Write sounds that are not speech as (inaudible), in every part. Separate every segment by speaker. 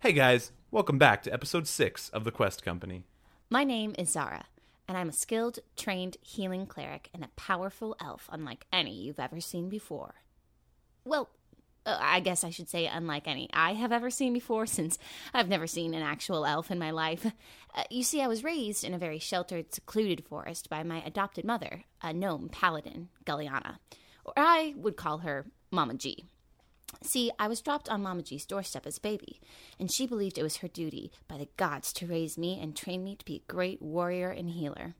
Speaker 1: Hey guys, welcome back to episode 6 of The Quest Company.
Speaker 2: My name is Zara, and I'm a skilled, trained healing cleric and a powerful elf unlike any you've ever seen before. Well, uh, I guess I should say unlike any I have ever seen before, (laughs) since I've never seen an actual elf in my life. Uh, you see, I was raised in a very sheltered, secluded forest by my adopted mother, a gnome paladin, Galliana, or I would call her Mama G. See, I was dropped on Mama G's doorstep as a baby, and she believed it was her duty by the gods to raise me and train me to be a great warrior and healer.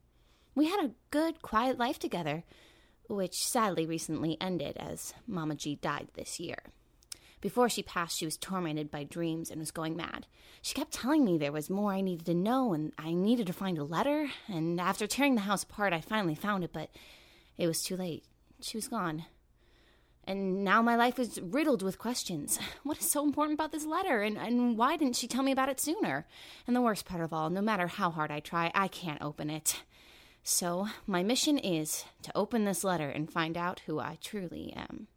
Speaker 2: We had a good, quiet life together, which sadly recently ended as Mama G died this year. Before she passed, she was tormented by dreams and was going mad. She kept telling me there was more I needed to know and I needed to find a letter, and after tearing the house apart, I finally found it, but it was too late. She was gone. And now my life is riddled with questions. (sighs) What is so important about this letter? And, and why didn't she tell me about it sooner? And the worst part of all, no matter how hard I try, I can't open it. So, my mission is to open this letter and find out who I truly am.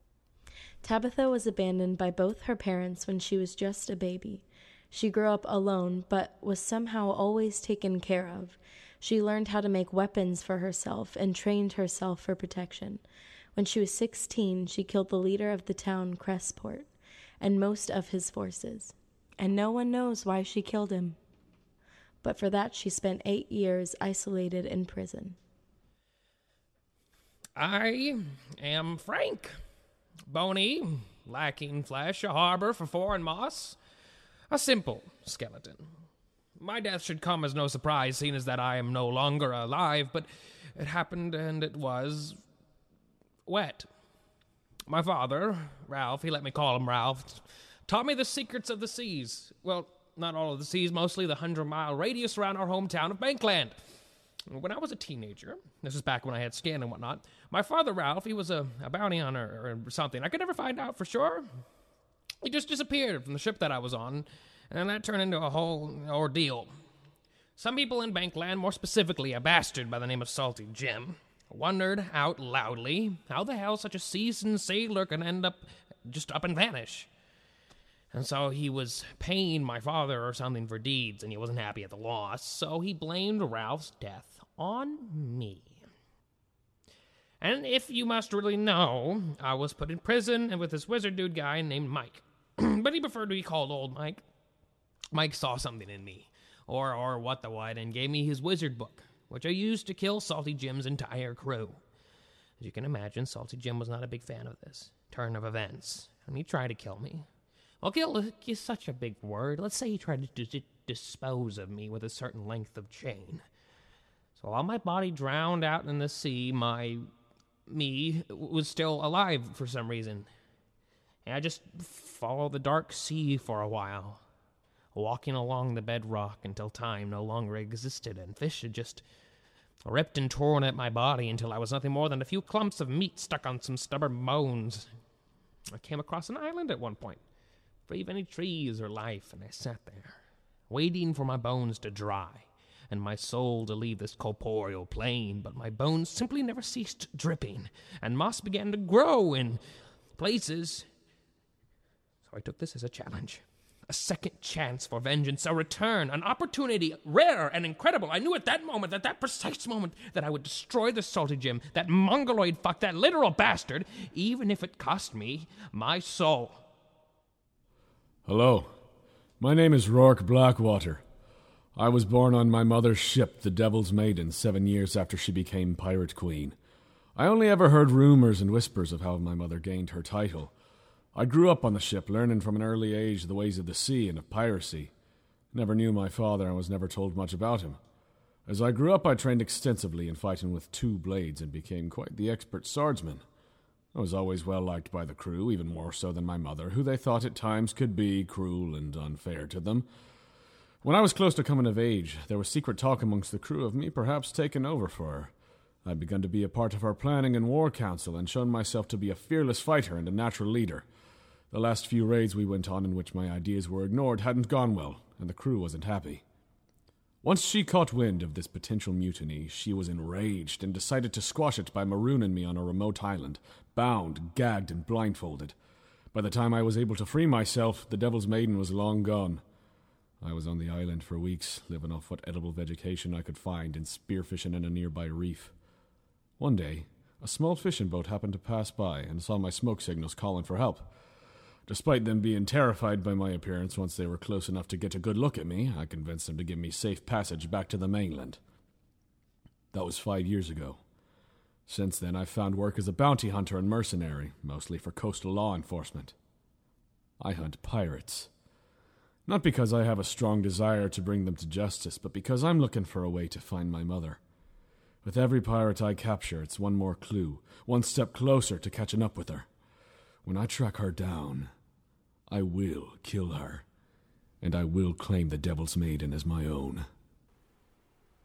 Speaker 3: Tabitha was abandoned by both her parents when she was just a baby. She grew up alone, but was somehow always taken care of. She learned how to make weapons for herself and trained herself for protection. When she was 16, she killed the leader of the town, Cressport, and most of his forces. And no one knows why she killed him. But for that, she spent eight years isolated in prison.
Speaker 4: I am Frank. Bony, lacking flesh, a harbor for foreign moss, a simple skeleton. My death should come as no surprise, seeing as that I am no longer alive, but it happened and it was wet. My father, Ralph, he let me call him Ralph, taught me the secrets of the seas. Well, not all of the seas, mostly the hundred mile radius around our hometown of Bankland. When I was a teenager, this is back when I had skin and whatnot, my father, Ralph, he was a, a bounty hunter or something. I could never find out for sure. He just disappeared from the ship that I was on, and that turned into a whole ordeal. Some people in Bankland, more specifically a bastard by the name of Salty Jim, wondered out loudly how the hell such a seasoned sailor can end up just up and vanish. And so he was paying my father or something for deeds, and he wasn't happy at the loss, so he blamed Ralph's death on me. And if you must really know, I was put in prison and with this wizard dude guy named Mike. (clears throat) but he preferred to be called old Mike. Mike saw something in me, or or what the what, and gave me his wizard book, which I used to kill Salty Jim's entire crew. As you can imagine, Salty Jim was not a big fan of this turn of events, and he tried to kill me. Well, kill is such a big word. Let's say he tried to dis- dispose of me with a certain length of chain. So while my body drowned out in the sea, my me was still alive for some reason. And I just followed the dark sea for a while, walking along the bedrock until time no longer existed and fish had just ripped and torn at my body until I was nothing more than a few clumps of meat stuck on some stubborn bones. I came across an island at one point, free of any trees or life, and I sat there, waiting for my bones to dry and my soul to leave this corporeal plane, but my bones simply never ceased dripping, and moss began to grow in places. So I took this as a challenge. A second chance for vengeance, a return, an opportunity rare and incredible. I knew at that moment, at that precise moment, that I would destroy the salty Jim, that mongoloid fuck, that literal bastard, even if it cost me my soul.
Speaker 5: Hello. My name is Rourke Blackwater. I was born on my mother's ship, the Devil's Maiden, seven years after she became Pirate Queen. I only ever heard rumors and whispers of how my mother gained her title. I grew up on the ship, learning from an early age the ways of the sea and of piracy. Never knew my father and was never told much about him. As I grew up, I trained extensively in fighting with two blades and became quite the expert swordsman. I was always well liked by the crew, even more so than my mother, who they thought at times could be cruel and unfair to them. When I was close to coming of age, there was secret talk amongst the crew of me perhaps taking over for her. I'd begun to be a part of her planning and war council and shown myself to be a fearless fighter and a natural leader. The last few raids we went on in which my ideas were ignored hadn't gone well, and the crew wasn't happy. Once she caught wind of this potential mutiny, she was enraged and decided to squash it by marooning me on a remote island, bound, gagged, and blindfolded. By the time I was able to free myself, the Devil's Maiden was long gone. I was on the island for weeks, living off what edible vegetation I could find and spearfishing in a nearby reef. One day, a small fishing boat happened to pass by and saw my smoke signals calling for help. Despite them being terrified by my appearance once they were close enough to get a good look at me, I convinced them to give me safe passage back to the mainland. That was five years ago. Since then, I've found work as a bounty hunter and mercenary, mostly for coastal law enforcement. I hunt pirates. Not because I have a strong desire to bring them to justice, but because I'm looking for a way to find my mother. With every pirate I capture, it's one more clue, one step closer to catching up with her. When I track her down, I will kill her, and I will claim the Devil's Maiden as my own.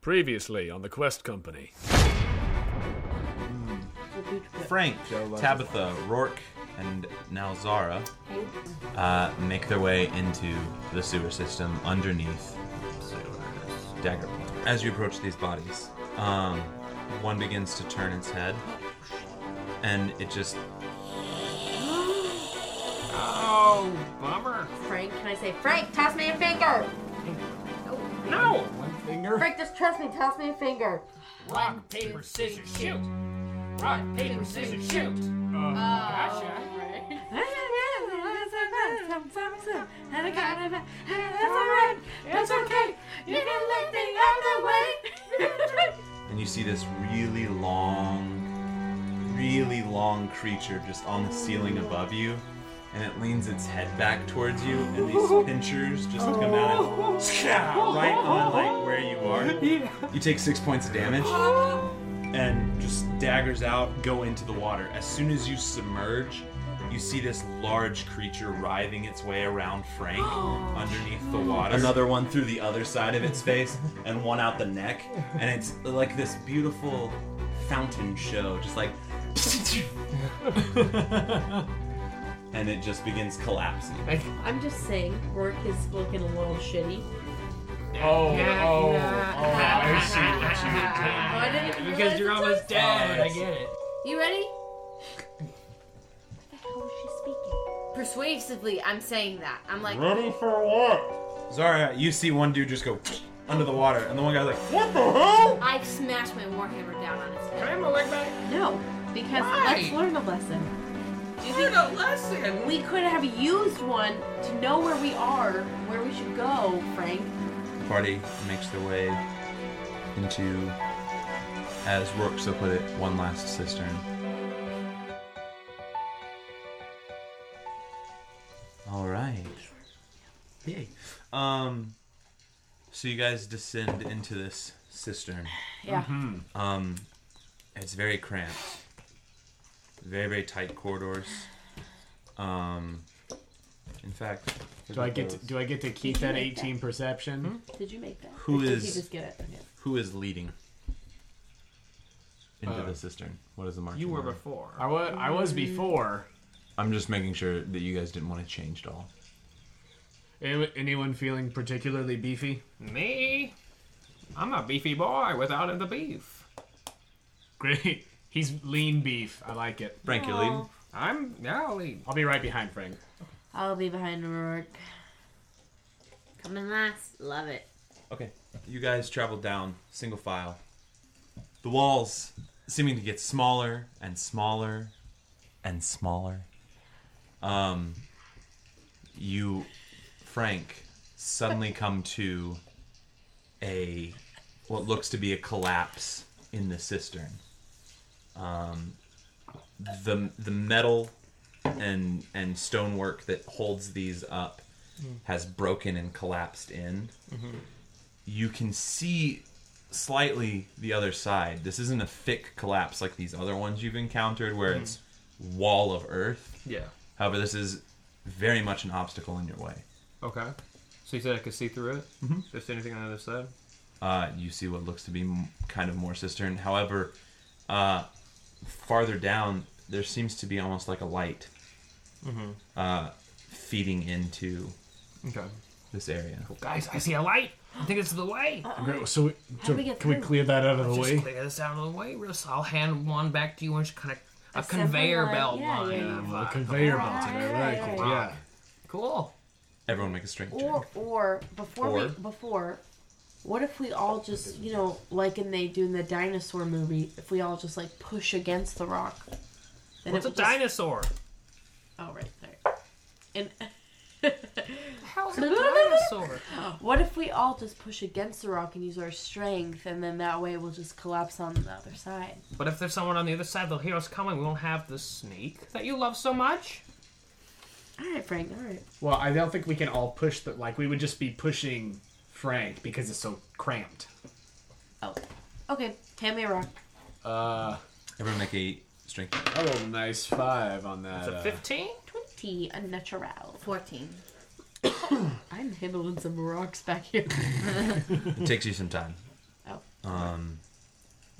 Speaker 5: Previously on the Quest Company.
Speaker 1: Frank, Tabitha, Rourke, and now Zara uh, make their way into the sewer system underneath Dagger Point. As you approach these bodies, um, one begins to turn its head, and it just
Speaker 4: Oh, bummer.
Speaker 6: Frank, can I say, Frank, toss me a finger!
Speaker 4: No!
Speaker 6: Frank, just trust me, toss me a finger.
Speaker 4: Rock, paper, scissors, shoot! Rock, paper, scissors, shoot! gotcha.
Speaker 6: That's okay. You can look the other way.
Speaker 1: and you see this really long, really long creature just on the ceiling above you, and it leans its head back towards you, and these pinchers just come out and right on like where you are. You take six points of damage, and just daggers out, go into the water. As soon as you submerge. You see this large creature writhing its way around Frank underneath the water. Another one through the other side of its face, and one out the neck. And it's like this beautiful fountain show, just like. (laughs) and it just begins collapsing.
Speaker 6: I'm just saying, Rourke is looking a little shitty.
Speaker 4: Oh, oh, oh, I see what
Speaker 6: Oh, I didn't even
Speaker 4: Ah, you did.
Speaker 6: realize
Speaker 4: Because you're
Speaker 6: the
Speaker 4: almost
Speaker 6: toast.
Speaker 4: dead, I get it.
Speaker 6: You ready?
Speaker 7: How is she speaking?
Speaker 6: Persuasively, I'm saying that. I'm like,
Speaker 1: Ready for what? Zara, you see one dude just go under the water, and the one guy's like, What the hell?
Speaker 6: I smashed my warhammer down on his
Speaker 4: Can I
Speaker 6: head.
Speaker 4: have my leg back?
Speaker 8: No, because
Speaker 4: Why?
Speaker 8: let's learn a lesson.
Speaker 4: Learn a lesson!
Speaker 8: We could have used one to know where we are, where we should go, Frank.
Speaker 1: Party makes their way into, as Rourke so put it, one last cistern. All right. Yay. Um. So you guys descend into this cistern.
Speaker 8: Yeah.
Speaker 1: Um, it's very cramped. Very very tight corridors. Um, in fact,
Speaker 9: Do I get to, do I get to keep that 18 perception?
Speaker 8: Did you make that?
Speaker 1: Who
Speaker 8: Or Did you
Speaker 1: is-
Speaker 8: just get it?
Speaker 1: who is leading into the cistern? What is the mark?
Speaker 4: Uh, You were before.
Speaker 9: I was I
Speaker 8: Mm.
Speaker 9: was before.
Speaker 1: I'm just making sure that you guys didn't want to change at all.
Speaker 9: Any- Anyone feeling particularly beefy? (laughs)
Speaker 4: Me? I'm a beefy boy without the beef.
Speaker 9: Great. He's lean beef. I like it.
Speaker 1: Frank, you're leading.
Speaker 4: I'm now lead.
Speaker 9: I'll be right behind Frank.
Speaker 8: I'll be behind Rourke.
Speaker 6: Coming last. Love it.
Speaker 1: Okay. You guys travel down single file. The walls seeming to get smaller and smaller and smaller. Um, you, Frank, suddenly come to a what looks to be a collapse in the cistern. Um, the the metal and and stonework that holds these up has broken and collapsed in you can see slightly the other side. This isn't a thick collapse like these other ones you've encountered where it's wall of earth.
Speaker 4: Mm-hmm. Yeah.
Speaker 1: However, this is very much an obstacle in your way.
Speaker 4: Okay. So you said I could see through it? If anything on the other side?
Speaker 1: Uh, you see what looks to be m- kind of more cistern. However, uh, farther down, there seems to be almost like a light uh, feeding into
Speaker 4: Mm-hmm. Okay.
Speaker 1: this area.
Speaker 4: Guys, I see a light. I think this is the way.
Speaker 9: Great. So, we, so
Speaker 8: we get
Speaker 9: can we
Speaker 8: through?
Speaker 9: clear that out of the
Speaker 4: Just
Speaker 9: way?
Speaker 4: clear this out of the way, real. So I'll hand one back to you and just kind of a
Speaker 8: separate
Speaker 4: conveyor
Speaker 8: line.
Speaker 4: belt
Speaker 8: Yeah,
Speaker 4: line.
Speaker 8: yeah,
Speaker 4: of,
Speaker 9: Well,
Speaker 4: uh,
Speaker 9: conveyor belt. I like it.
Speaker 4: rock.
Speaker 9: Yeah.
Speaker 4: Cool.
Speaker 1: Everyone make a strength check.
Speaker 6: Or or before
Speaker 1: Or-
Speaker 6: we before, what if we all just you know like in they do in the dinosaur movie? If we all just like push against the rock, then
Speaker 4: What's a
Speaker 6: it will just-
Speaker 4: dinosaur?
Speaker 6: Oh right there. And
Speaker 4: (laughs)
Speaker 10: How's a dinosaur?
Speaker 6: what if we all just push against the rock and use our strength, and then that way we'll just collapse on the other side?
Speaker 4: But if there's someone on the other side, they'll hear us coming. We won't have the sneak that you love so much.
Speaker 6: All right, Frank. All right.
Speaker 9: Well, I don't think we can all push the like we would just be pushing Frank because it's so cramped.
Speaker 6: Oh. Okay. Hand me a rock.
Speaker 9: Uh
Speaker 1: Everyone make a strength check.
Speaker 9: I
Speaker 4: Oh,
Speaker 9: rolled a nice five on that.
Speaker 4: It's a
Speaker 9: uh,
Speaker 4: 15?
Speaker 6: Twenty. A natural.
Speaker 2: 14.
Speaker 6: (coughs) I'm handling some rocks back here.
Speaker 1: It takes you some time.
Speaker 6: Oh.
Speaker 1: Um,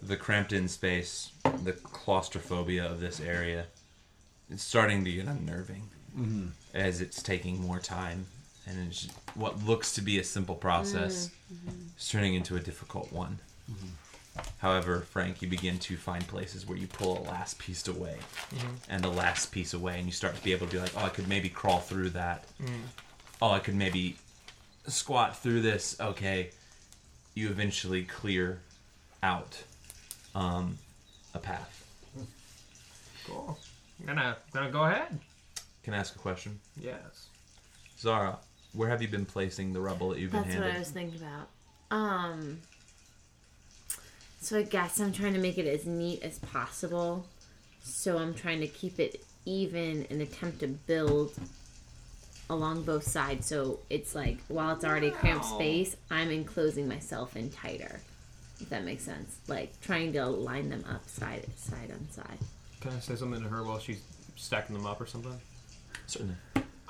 Speaker 1: the cramped in space, the claustrophobia of this area, it's starting to get unnerving as it's taking more time, and it's, what looks to be a simple process is turning into a difficult one. However, Frank, you begin to find places where you pull a last piece away and a last piece away, and you start to be able to be like, oh, I could maybe crawl through that. Oh, I could maybe squat through this. Okay. You eventually clear out um, a path.
Speaker 4: Cool. I'm gonna, gonna go ahead.
Speaker 1: Can I ask a question?
Speaker 4: Yes.
Speaker 1: Zara, where have you been placing the rubble that you've been
Speaker 8: That's what
Speaker 1: handed?
Speaker 8: I was thinking about. Um. So I guess I'm trying to make it as neat as possible. So I'm trying to keep it even and attempt to build along both sides. So it's like while it's already a cramped space, I'm enclosing myself in tighter. If that makes sense, like trying to line them up side side on side.
Speaker 4: Can I say something to her while she's stacking them up or something?
Speaker 1: Certainly.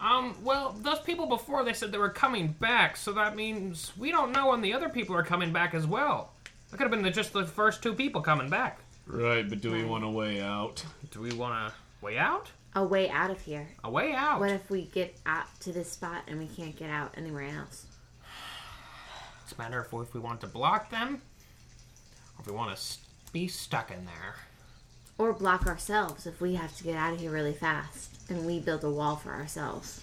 Speaker 4: Um, well, those people before they said they were coming back, so that means we don't know when the other people are coming back as well. It could have been the, just the first two people coming back.
Speaker 9: Right, but do we want a way out?
Speaker 4: Do we want a way out?
Speaker 8: A way out of here.
Speaker 4: A way out.
Speaker 8: What if we get out to this spot and we can't get out anywhere else?
Speaker 4: It's a matter of if we want to block them or if we want to s be stuck in there.
Speaker 8: Or block ourselves if we have to get out of here really fast and we build a wall for ourselves.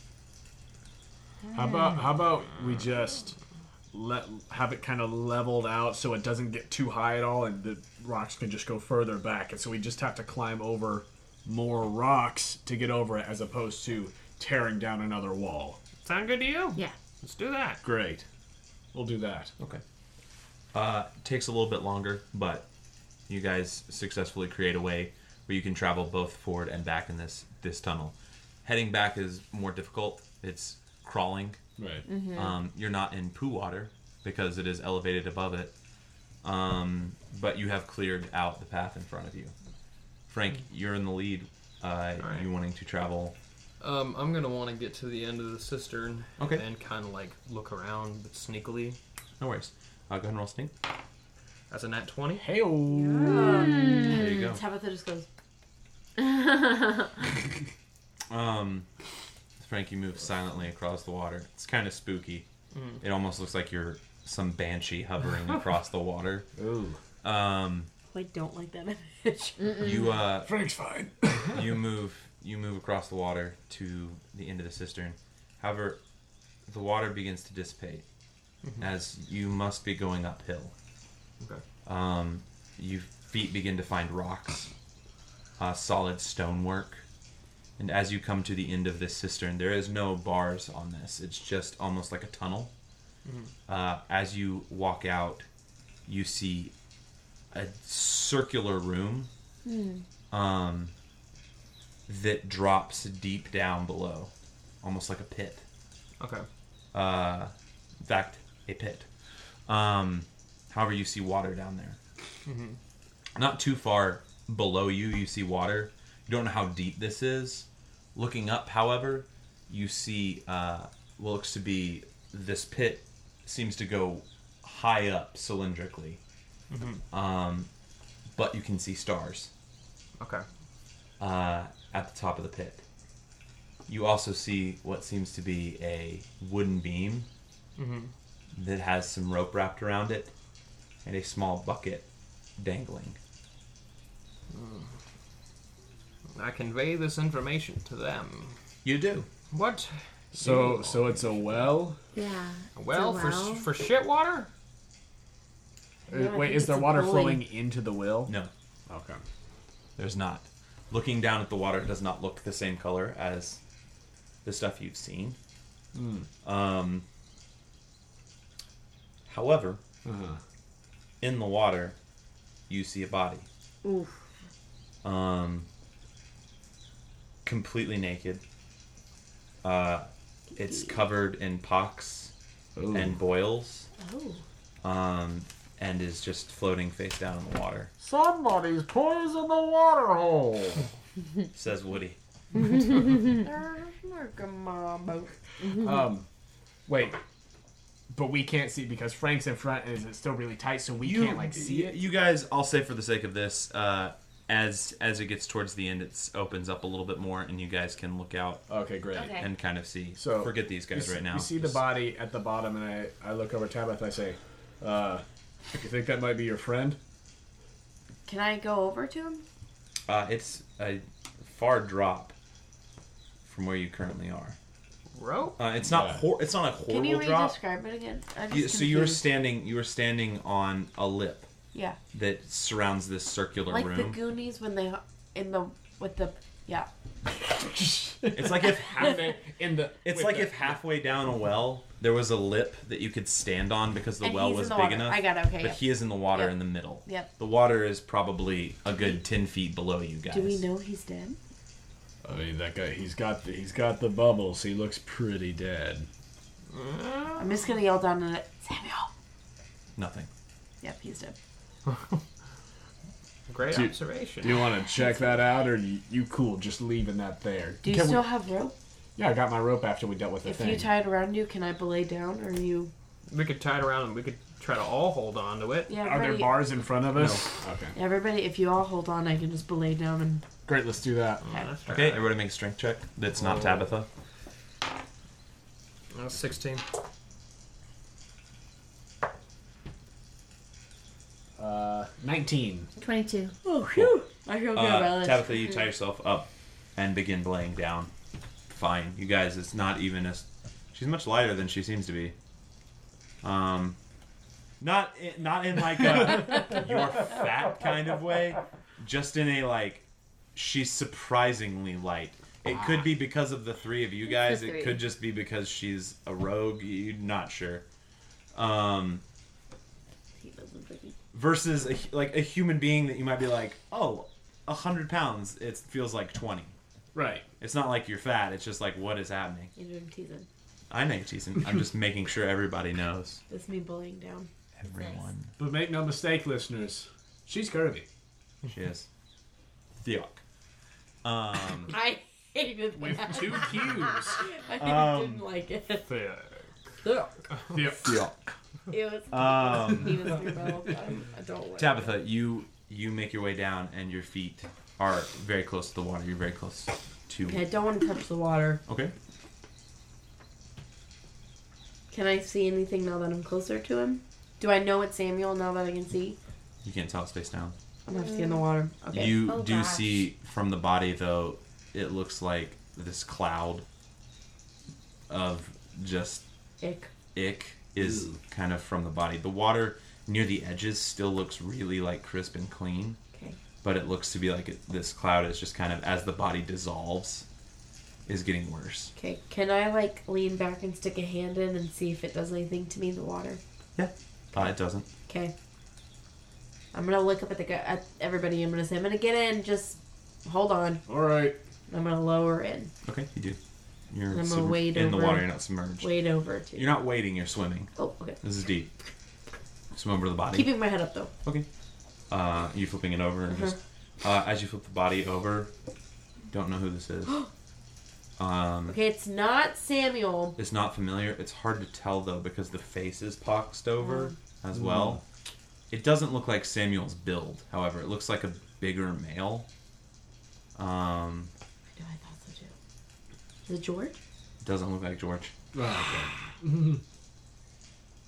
Speaker 9: How about how about we just let have it kind of leveled out so it doesn't get too high at all and the rocks can just go further back and so we just have to climb over more rocks to get over it as opposed to tearing down another wall.
Speaker 4: Sound good to you?
Speaker 8: Yeah.
Speaker 4: Let's do that.
Speaker 9: Great. We'll do that.
Speaker 1: Okay. Uh, takes a little bit longer, but you guys successfully create a way where you can travel both forward and back in this this tunnel. Heading back is more difficult. It's crawling.
Speaker 9: Right.
Speaker 8: Mm-hmm.
Speaker 1: Um, you're not in poo water because it is elevated above it. Um, but you have cleared out the path in front of you. Frank,
Speaker 6: Hmm.
Speaker 1: you're in the lead. Uh,
Speaker 11: right.
Speaker 1: You wanting to travel?
Speaker 11: Um, I'm gonna want to get to the end of the cistern
Speaker 1: Okay.
Speaker 11: and kind of like look around, but sneakily.
Speaker 1: No worries. Uh, go ahead and roll sneak.
Speaker 11: That's a nat twenty.
Speaker 9: Hey
Speaker 1: There you go.
Speaker 6: Hmm, Tabitha just goes.
Speaker 1: (laughs)
Speaker 6: (laughs)
Speaker 1: Um, Frankie moves silently across the water. It's kind of spooky. It almost looks like you're some banshee
Speaker 6: (laughs)
Speaker 1: hovering across the water.
Speaker 9: Ooh.
Speaker 1: Um,
Speaker 6: I don't like that image.
Speaker 1: you uh,
Speaker 9: Frank's fine.
Speaker 1: you move you move across the water to the end of the cistern. However, the water begins to dissipate as you must be going uphill.
Speaker 11: Okay.
Speaker 1: Um, your feet begin to find rocks, uh, solid stonework, and as you come to the end of this cistern, there is no bars on this. It's just almost like a tunnel. Uh, as you walk out, you see a circular room um, that drops deep down below, almost like a pit.
Speaker 11: Okay.
Speaker 1: Uh, in fact, a pit. Um, however, you see water down there. Not too far below you, you see water. You don't know how deep this is. Looking up, however, you see uh, what looks to be this pit seems to go high up cylindrically. Um, but you can see stars
Speaker 11: Okay.
Speaker 1: uh, at the top of the pit. You also see what seems to be a wooden beam that has some rope wrapped around it and a small bucket dangling.
Speaker 11: I convey this information to them.
Speaker 1: You do.
Speaker 11: What
Speaker 9: So so it's a well.
Speaker 8: Yeah. uh,
Speaker 4: Well,
Speaker 8: It's a
Speaker 4: for s- for shit water?
Speaker 9: Uh,
Speaker 8: I
Speaker 9: Wait,
Speaker 8: think
Speaker 9: is there
Speaker 8: it's a
Speaker 9: water
Speaker 8: void.
Speaker 9: flowing into the well?
Speaker 1: No,
Speaker 9: Okay.
Speaker 1: there's not. Looking down at the water, it does not look the same color as the stuff you've seen. Um, however, in the water, you see a body.
Speaker 8: Oof.
Speaker 1: Um, completely naked. Uh, it's covered in pox and boils.
Speaker 6: Oh.
Speaker 1: Um, and is just floating face down in the water.
Speaker 9: Somebody's poisoned the water hole.
Speaker 1: Says Woody.
Speaker 9: um, wait. But we can't see because Frank's in front, and it's still really tight, so we can't like see it.
Speaker 1: You guys, I'll say for the sake of this, uh, as as it gets towards the end, it opens up a little bit more, and you guys can look out
Speaker 9: Okay, great.
Speaker 8: Okay.
Speaker 1: and kind of see.
Speaker 9: So
Speaker 1: forget these guys
Speaker 9: you s-
Speaker 1: right now.
Speaker 9: You see the
Speaker 1: Just-
Speaker 9: body at the bottom, and I, I look over at Tabitha. and I say, uh, "You think that might be your friend?"
Speaker 6: Can I go over to him?
Speaker 1: Uh, it's a far drop from where you currently are.
Speaker 4: Rope?
Speaker 1: Uh, it's not
Speaker 9: Yeah.
Speaker 1: hor- it's not a horrible
Speaker 6: Can you
Speaker 1: drop.
Speaker 6: re-describe it again? I'm
Speaker 1: You,
Speaker 6: just
Speaker 1: so you were
Speaker 6: confused.
Speaker 1: standing you were standing on a lip
Speaker 6: yeah,
Speaker 1: that surrounds this circular
Speaker 6: like the
Speaker 1: room.
Speaker 6: Goonies when they in the with the yeah.
Speaker 1: it's like if
Speaker 9: (laughs)
Speaker 1: half,
Speaker 9: in the
Speaker 1: it's
Speaker 9: with
Speaker 1: like
Speaker 9: the-
Speaker 1: if halfway down a well there was a lip that you could stand on because the
Speaker 6: And
Speaker 1: well
Speaker 6: he's
Speaker 1: was
Speaker 6: in the
Speaker 1: big
Speaker 6: water.
Speaker 1: enough.
Speaker 6: I got it, okay,
Speaker 1: But
Speaker 6: yep.
Speaker 1: he is in the water
Speaker 6: Yep.
Speaker 1: in the middle.
Speaker 6: Yep.
Speaker 1: The water is probably a good ten feet below you guys.
Speaker 6: Do we know he's dead?
Speaker 9: I mean, that guy. He's got the, he's got the bubbles. He looks pretty dead.
Speaker 6: I'm just gonna yell down at it. Samuel.
Speaker 1: Nothing.
Speaker 6: Yep, he's dead.
Speaker 4: Great
Speaker 9: Do-
Speaker 4: observation.
Speaker 9: Do you want to check that out, or you, you cool just leaving that there?
Speaker 6: Do you
Speaker 9: Can we-
Speaker 6: still have rope?
Speaker 9: yeah, I got my rope after we dealt with the
Speaker 6: If
Speaker 9: thing.
Speaker 6: you tie it around you, can I belay down? Or you?
Speaker 4: we could tie it around and we could try to all hold on to it.
Speaker 6: Yeah,
Speaker 9: Are there
Speaker 6: everybody.
Speaker 9: bars in front of us? Okay,
Speaker 6: everybody, if you all hold on, I can just belay down and.
Speaker 9: great. Let's do that.
Speaker 4: That's right.
Speaker 1: Okay, everybody make a strength check. That's not
Speaker 4: Oh.
Speaker 1: Tabitha.
Speaker 4: That was 16.
Speaker 9: Uh, Nineteen.
Speaker 8: 22.
Speaker 6: Oh, phew! I feel good
Speaker 1: Uh,
Speaker 6: about this.
Speaker 1: Tabitha, you tie yourself up and begin laying down. Fine, you guys. It's not even as she's much lighter than she seems to be. Um, not i- not in like
Speaker 8: (laughs)
Speaker 1: a you're fat kind of way, just in a like she's surprisingly light. It could be because of the three of you guys.
Speaker 8: the
Speaker 1: It
Speaker 8: three.
Speaker 1: could just be because she's a rogue. You're not sure. Um,
Speaker 8: He doesn't look-
Speaker 1: versus a, hu- like a human being that you might be like, oh, a hundred pounds. It feels like twenty.
Speaker 9: Right.
Speaker 1: It's not like you're fat. It's just like what is happening.
Speaker 6: You know, I'm teasing.
Speaker 1: I know you're teasing. I'm just making sure everybody
Speaker 8: (laughs)
Speaker 1: knows.
Speaker 6: That's me bullying down.
Speaker 1: Everyone.
Speaker 9: But make no mistake, listeners, she's curvy.
Speaker 1: She is. Theok. Um,
Speaker 6: I hated
Speaker 9: With
Speaker 6: that.
Speaker 9: two (laughs) Q's.
Speaker 6: I didn't like it. (laughs) It
Speaker 9: Yep.
Speaker 6: was.
Speaker 1: um,
Speaker 6: (laughs) he was rebel. I don't like.
Speaker 1: Tabitha, you you make your way down, and your feet are very close to the water. You're very close
Speaker 6: Okay, I
Speaker 1: to.
Speaker 6: don't want to touch the water.
Speaker 1: Okay.
Speaker 6: Can I see anything now that I'm closer to him? Do I know it's Samuel now that I can see?
Speaker 1: You can't tell it's face down.
Speaker 6: I'm gonna have to get in the water. Okay.
Speaker 1: You
Speaker 8: Oh,
Speaker 1: do
Speaker 8: gosh.
Speaker 1: see from the body though, it looks like this cloud of just
Speaker 6: Ick.
Speaker 1: ick is kind of from the body. The water near the edges still looks really like crisp and clean,
Speaker 6: Okay.
Speaker 1: but it looks to be like it, this cloud is just kind of as the body dissolves, is getting worse.
Speaker 6: Okay. Can I like lean back and stick a hand in and see if it does anything to me in the water?
Speaker 1: Yeah, uh, it doesn't.
Speaker 6: Okay. I'm gonna look up at the gu- at everybody. I'm gonna say I'm gonna get in. Just hold on.
Speaker 9: All right.
Speaker 6: I'm gonna lower in,
Speaker 1: Okay, you do. You're
Speaker 6: I'm gonna
Speaker 1: submer-
Speaker 6: wade
Speaker 1: in the
Speaker 6: over.
Speaker 1: water. You're not submerged.
Speaker 6: wade over to.
Speaker 1: You're not wading. You're swimming.
Speaker 6: Oh, okay.
Speaker 1: This is deep. Swim over the body.
Speaker 6: Keeping my head up though.
Speaker 1: Okay. Uh, you flipping it over and
Speaker 6: Uh-huh.
Speaker 1: just uh, as you flip the body over, don't know who this
Speaker 6: (gasps)
Speaker 1: is. um,
Speaker 6: Okay, it's not Samuel.
Speaker 1: it's not familiar. It's hard to tell though because the face is poxed over
Speaker 6: Oh.
Speaker 1: as well. It doesn't look like Samuel's build, however, it looks like a bigger male. Um,
Speaker 6: I know. I thought so too. Is it George?
Speaker 1: doesn't look like George.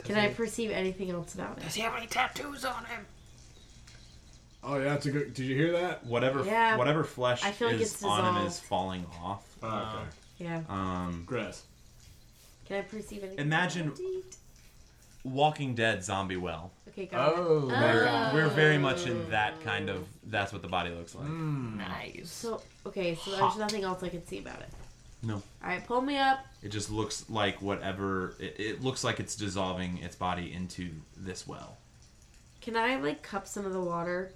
Speaker 6: Can I perceive anything else about it?
Speaker 4: Does he have any tattoos on him?
Speaker 9: Oh yeah, that's a good. Did you hear that?
Speaker 1: Whatever,
Speaker 6: Yeah.
Speaker 1: whatever flesh
Speaker 6: I feel like
Speaker 1: is Um,
Speaker 6: it's
Speaker 1: on him is
Speaker 6: dissolved.
Speaker 9: Uh,
Speaker 1: falling off.
Speaker 9: Oh, okay.
Speaker 6: Yeah.
Speaker 1: Um,
Speaker 9: Grass.
Speaker 6: Can I perceive anything?
Speaker 1: Imagine Walking Dead zombie well.
Speaker 6: Okay, got
Speaker 9: Oh,
Speaker 6: it.
Speaker 1: We're, we're very much in that kind of. That's what the body looks like.
Speaker 6: Nice. So okay, so there's
Speaker 1: Hot.
Speaker 6: nothing else I can see about it.
Speaker 1: No,
Speaker 6: All right, pull me up.
Speaker 1: it just looks like whatever. It, it looks like it's dissolving its body into this well
Speaker 6: Can I like cup some of the water?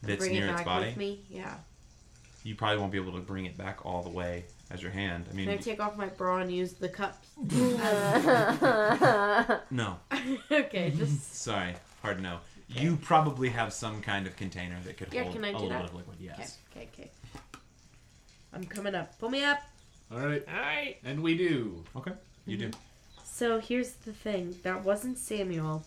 Speaker 6: and
Speaker 1: that's near its body.
Speaker 6: with me. Yeah.
Speaker 1: You probably won't be able to bring it back all the way as your hand. I mean,
Speaker 6: Can I take off my bra and use the cups? (laughs)
Speaker 1: no. (laughs)
Speaker 6: okay, just
Speaker 1: Sorry, hard no. You probably have some kind of container that could
Speaker 6: yeah.
Speaker 1: hold
Speaker 6: Can I
Speaker 1: a
Speaker 6: do
Speaker 1: little
Speaker 6: that?
Speaker 1: bit of liquid. Yes.
Speaker 6: Okay, okay, okay. I'm coming up. Pull me up.
Speaker 9: All right.
Speaker 4: All right.
Speaker 9: And we do.
Speaker 1: Okay. You do.
Speaker 6: So here's the thing. That wasn't Samuel.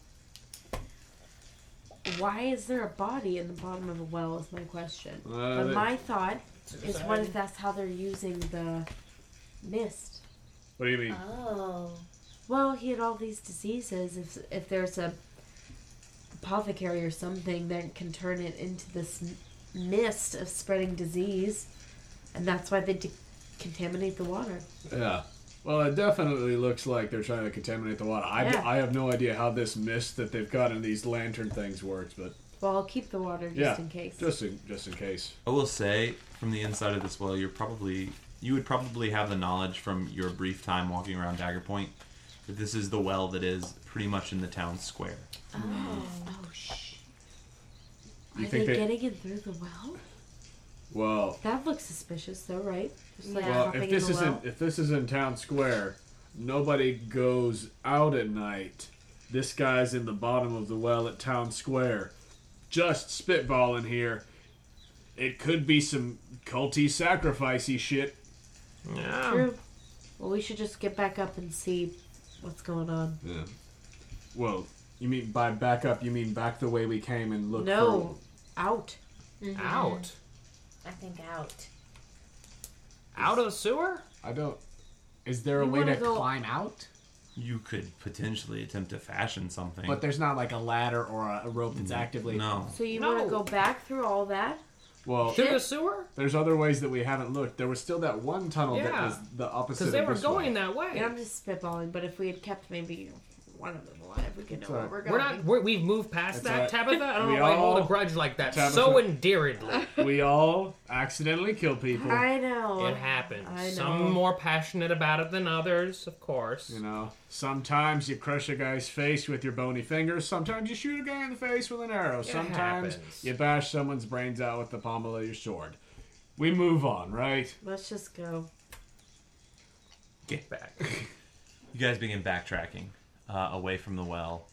Speaker 6: Why is there a body in the bottom of a well? Is my question.
Speaker 9: Uh,
Speaker 6: but
Speaker 9: they-
Speaker 6: my thought is, what
Speaker 4: Suicide.
Speaker 6: if that's how they're using the mist?
Speaker 9: What do you mean?
Speaker 8: Oh.
Speaker 6: Well, he had all these diseases. If if there's a apothecary or something that can turn it into this m- mist of spreading disease, and that's why they de- contaminate the water.
Speaker 9: Yeah. Well, it definitely looks like they're trying to contaminate the water. I,
Speaker 6: Yeah.
Speaker 9: I have no idea how this mist that they've got in these lantern things works, but
Speaker 6: Well, I'll keep the water just
Speaker 9: yeah,
Speaker 6: in case.
Speaker 9: just in just in case.
Speaker 1: I will say, from the inside of this well, you're probably you would probably have the knowledge from your brief time walking around Dagger Point that this is the well that is pretty much in the town square.
Speaker 6: oh shh.
Speaker 9: You
Speaker 6: Are they,
Speaker 9: think they-
Speaker 6: getting it through the well?
Speaker 9: Well,
Speaker 6: That looks suspicious, though, right? Just like
Speaker 9: well,
Speaker 6: hopping
Speaker 9: if this
Speaker 6: in the
Speaker 9: isn't
Speaker 6: well.
Speaker 9: if this is in town square, nobody goes out at night. This guy's in the bottom of the well at town square, just spitballing here. It could be some culty sacrificey shit.
Speaker 4: Yeah.
Speaker 6: True. Well, we should just get back up and see what's going on.
Speaker 9: Yeah. Well, you mean by back up? You mean back the way we came and look?
Speaker 6: no, out.
Speaker 4: Out.
Speaker 8: I think out.
Speaker 4: Out of the sewer?
Speaker 9: For, I don't. Is there a
Speaker 6: You
Speaker 9: way
Speaker 6: wanna
Speaker 9: to
Speaker 6: go-
Speaker 9: climb out?
Speaker 1: You could potentially attempt to fashion something.
Speaker 9: But there's not like a ladder or a, a rope that's actively.
Speaker 1: no.
Speaker 6: So you
Speaker 4: No.
Speaker 6: want to go back through all that?
Speaker 9: Well,
Speaker 4: Through the sewer?
Speaker 9: there's other ways that we haven't looked. There was still that one tunnel that
Speaker 4: Yeah.
Speaker 9: was the opposite.
Speaker 4: Because they
Speaker 9: of
Speaker 4: were
Speaker 9: this
Speaker 4: going
Speaker 9: way.
Speaker 4: that way.
Speaker 6: Yeah, I'm just spitballing, but if we had kept maybe one of them alive, we could know where
Speaker 9: alright.
Speaker 6: we're going.
Speaker 4: We're not. We're, we've moved past
Speaker 9: That's
Speaker 4: that,
Speaker 9: right.
Speaker 4: Tabitha. I don't
Speaker 9: We
Speaker 4: know why I hold a
Speaker 9: all-
Speaker 4: grudge like that so
Speaker 9: Tabitha-
Speaker 4: (laughs) endearingly.
Speaker 9: We all accidentally kill people.
Speaker 6: I know.
Speaker 4: it happens.
Speaker 6: I know.
Speaker 4: Some more passionate about it than others, of course.
Speaker 9: You know, sometimes you crush a guy's face with your bony fingers. Sometimes you shoot a guy in the face with an arrow. sometimes
Speaker 4: happens.
Speaker 9: you bash someone's brains out with the pommel of your sword. We move on, right?
Speaker 6: Let's just go.
Speaker 4: Get (laughs) back.
Speaker 1: You guys begin backtracking uh, away from the well.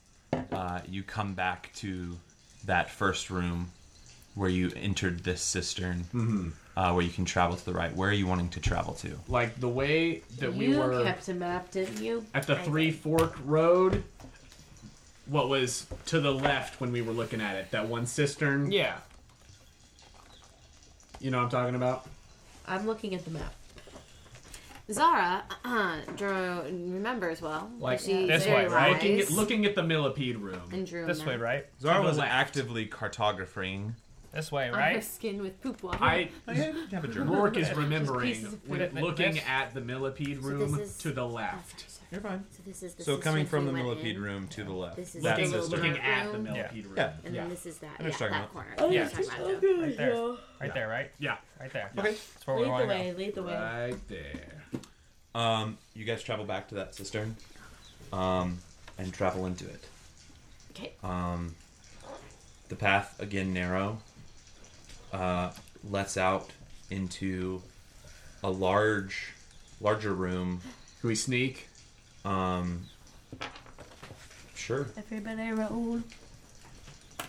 Speaker 1: Uh, you come back to that first room where you entered this cistern, uh, where you can travel to the right. Where are you wanting to travel to?
Speaker 9: Like the way that we
Speaker 6: you
Speaker 9: were
Speaker 6: kept a map, didn't you?
Speaker 9: at the
Speaker 6: I
Speaker 9: Three
Speaker 6: did.
Speaker 9: Fork Road. What was to the left when we were looking at it? That one cistern.
Speaker 4: Yeah.
Speaker 9: You know what I'm talking about?
Speaker 6: I'm looking at the map.
Speaker 8: Zara uh, drew, remembers well.
Speaker 9: Like
Speaker 8: She's
Speaker 4: This way,
Speaker 8: very
Speaker 4: right?
Speaker 8: wise
Speaker 9: looking at, looking at the millipede room.
Speaker 8: and drew a
Speaker 4: This way,
Speaker 8: map
Speaker 4: right?
Speaker 1: Zara was
Speaker 4: left.
Speaker 1: actively cartographing.
Speaker 4: This way,
Speaker 8: On her
Speaker 4: right?
Speaker 8: skin with poop water.
Speaker 9: I
Speaker 1: Have a journal.
Speaker 9: Rourke is remembering
Speaker 8: pieces of
Speaker 9: when
Speaker 4: fruit.
Speaker 9: looking
Speaker 4: This-
Speaker 9: at the millipede
Speaker 8: So
Speaker 9: room
Speaker 8: this is-
Speaker 9: to the
Speaker 8: Oh,
Speaker 9: left.
Speaker 8: sorry, sorry.
Speaker 1: You're fine.
Speaker 8: So this is the
Speaker 1: So coming from
Speaker 8: cistern we
Speaker 1: the
Speaker 8: went
Speaker 1: millipede
Speaker 8: in,
Speaker 1: room to the left.
Speaker 8: This
Speaker 1: that
Speaker 8: is the
Speaker 9: Looking,
Speaker 8: little
Speaker 1: cistern.
Speaker 9: looking
Speaker 8: dark
Speaker 9: at the
Speaker 8: room.
Speaker 9: millipede room.
Speaker 1: Yeah.
Speaker 8: And
Speaker 9: Yeah.
Speaker 8: then this is that,
Speaker 1: know
Speaker 8: yeah,
Speaker 1: what you're talking
Speaker 8: that
Speaker 1: about.
Speaker 8: corner. Oh,
Speaker 4: yeah.
Speaker 6: good,
Speaker 4: Right there. Right there, right?
Speaker 9: Yeah.
Speaker 4: Right there.
Speaker 1: Okay.
Speaker 4: That's where we
Speaker 6: Lead the
Speaker 4: want to
Speaker 6: way,
Speaker 4: go.
Speaker 6: lead the way.
Speaker 9: Right there.
Speaker 1: Um, you guys travel back to that cistern, um, and travel into it.
Speaker 6: Okay.
Speaker 1: Um, the path again narrow. Uh, lets out into a large, larger room.
Speaker 9: Can we sneak?
Speaker 1: Um, sure.
Speaker 6: Everybody roll.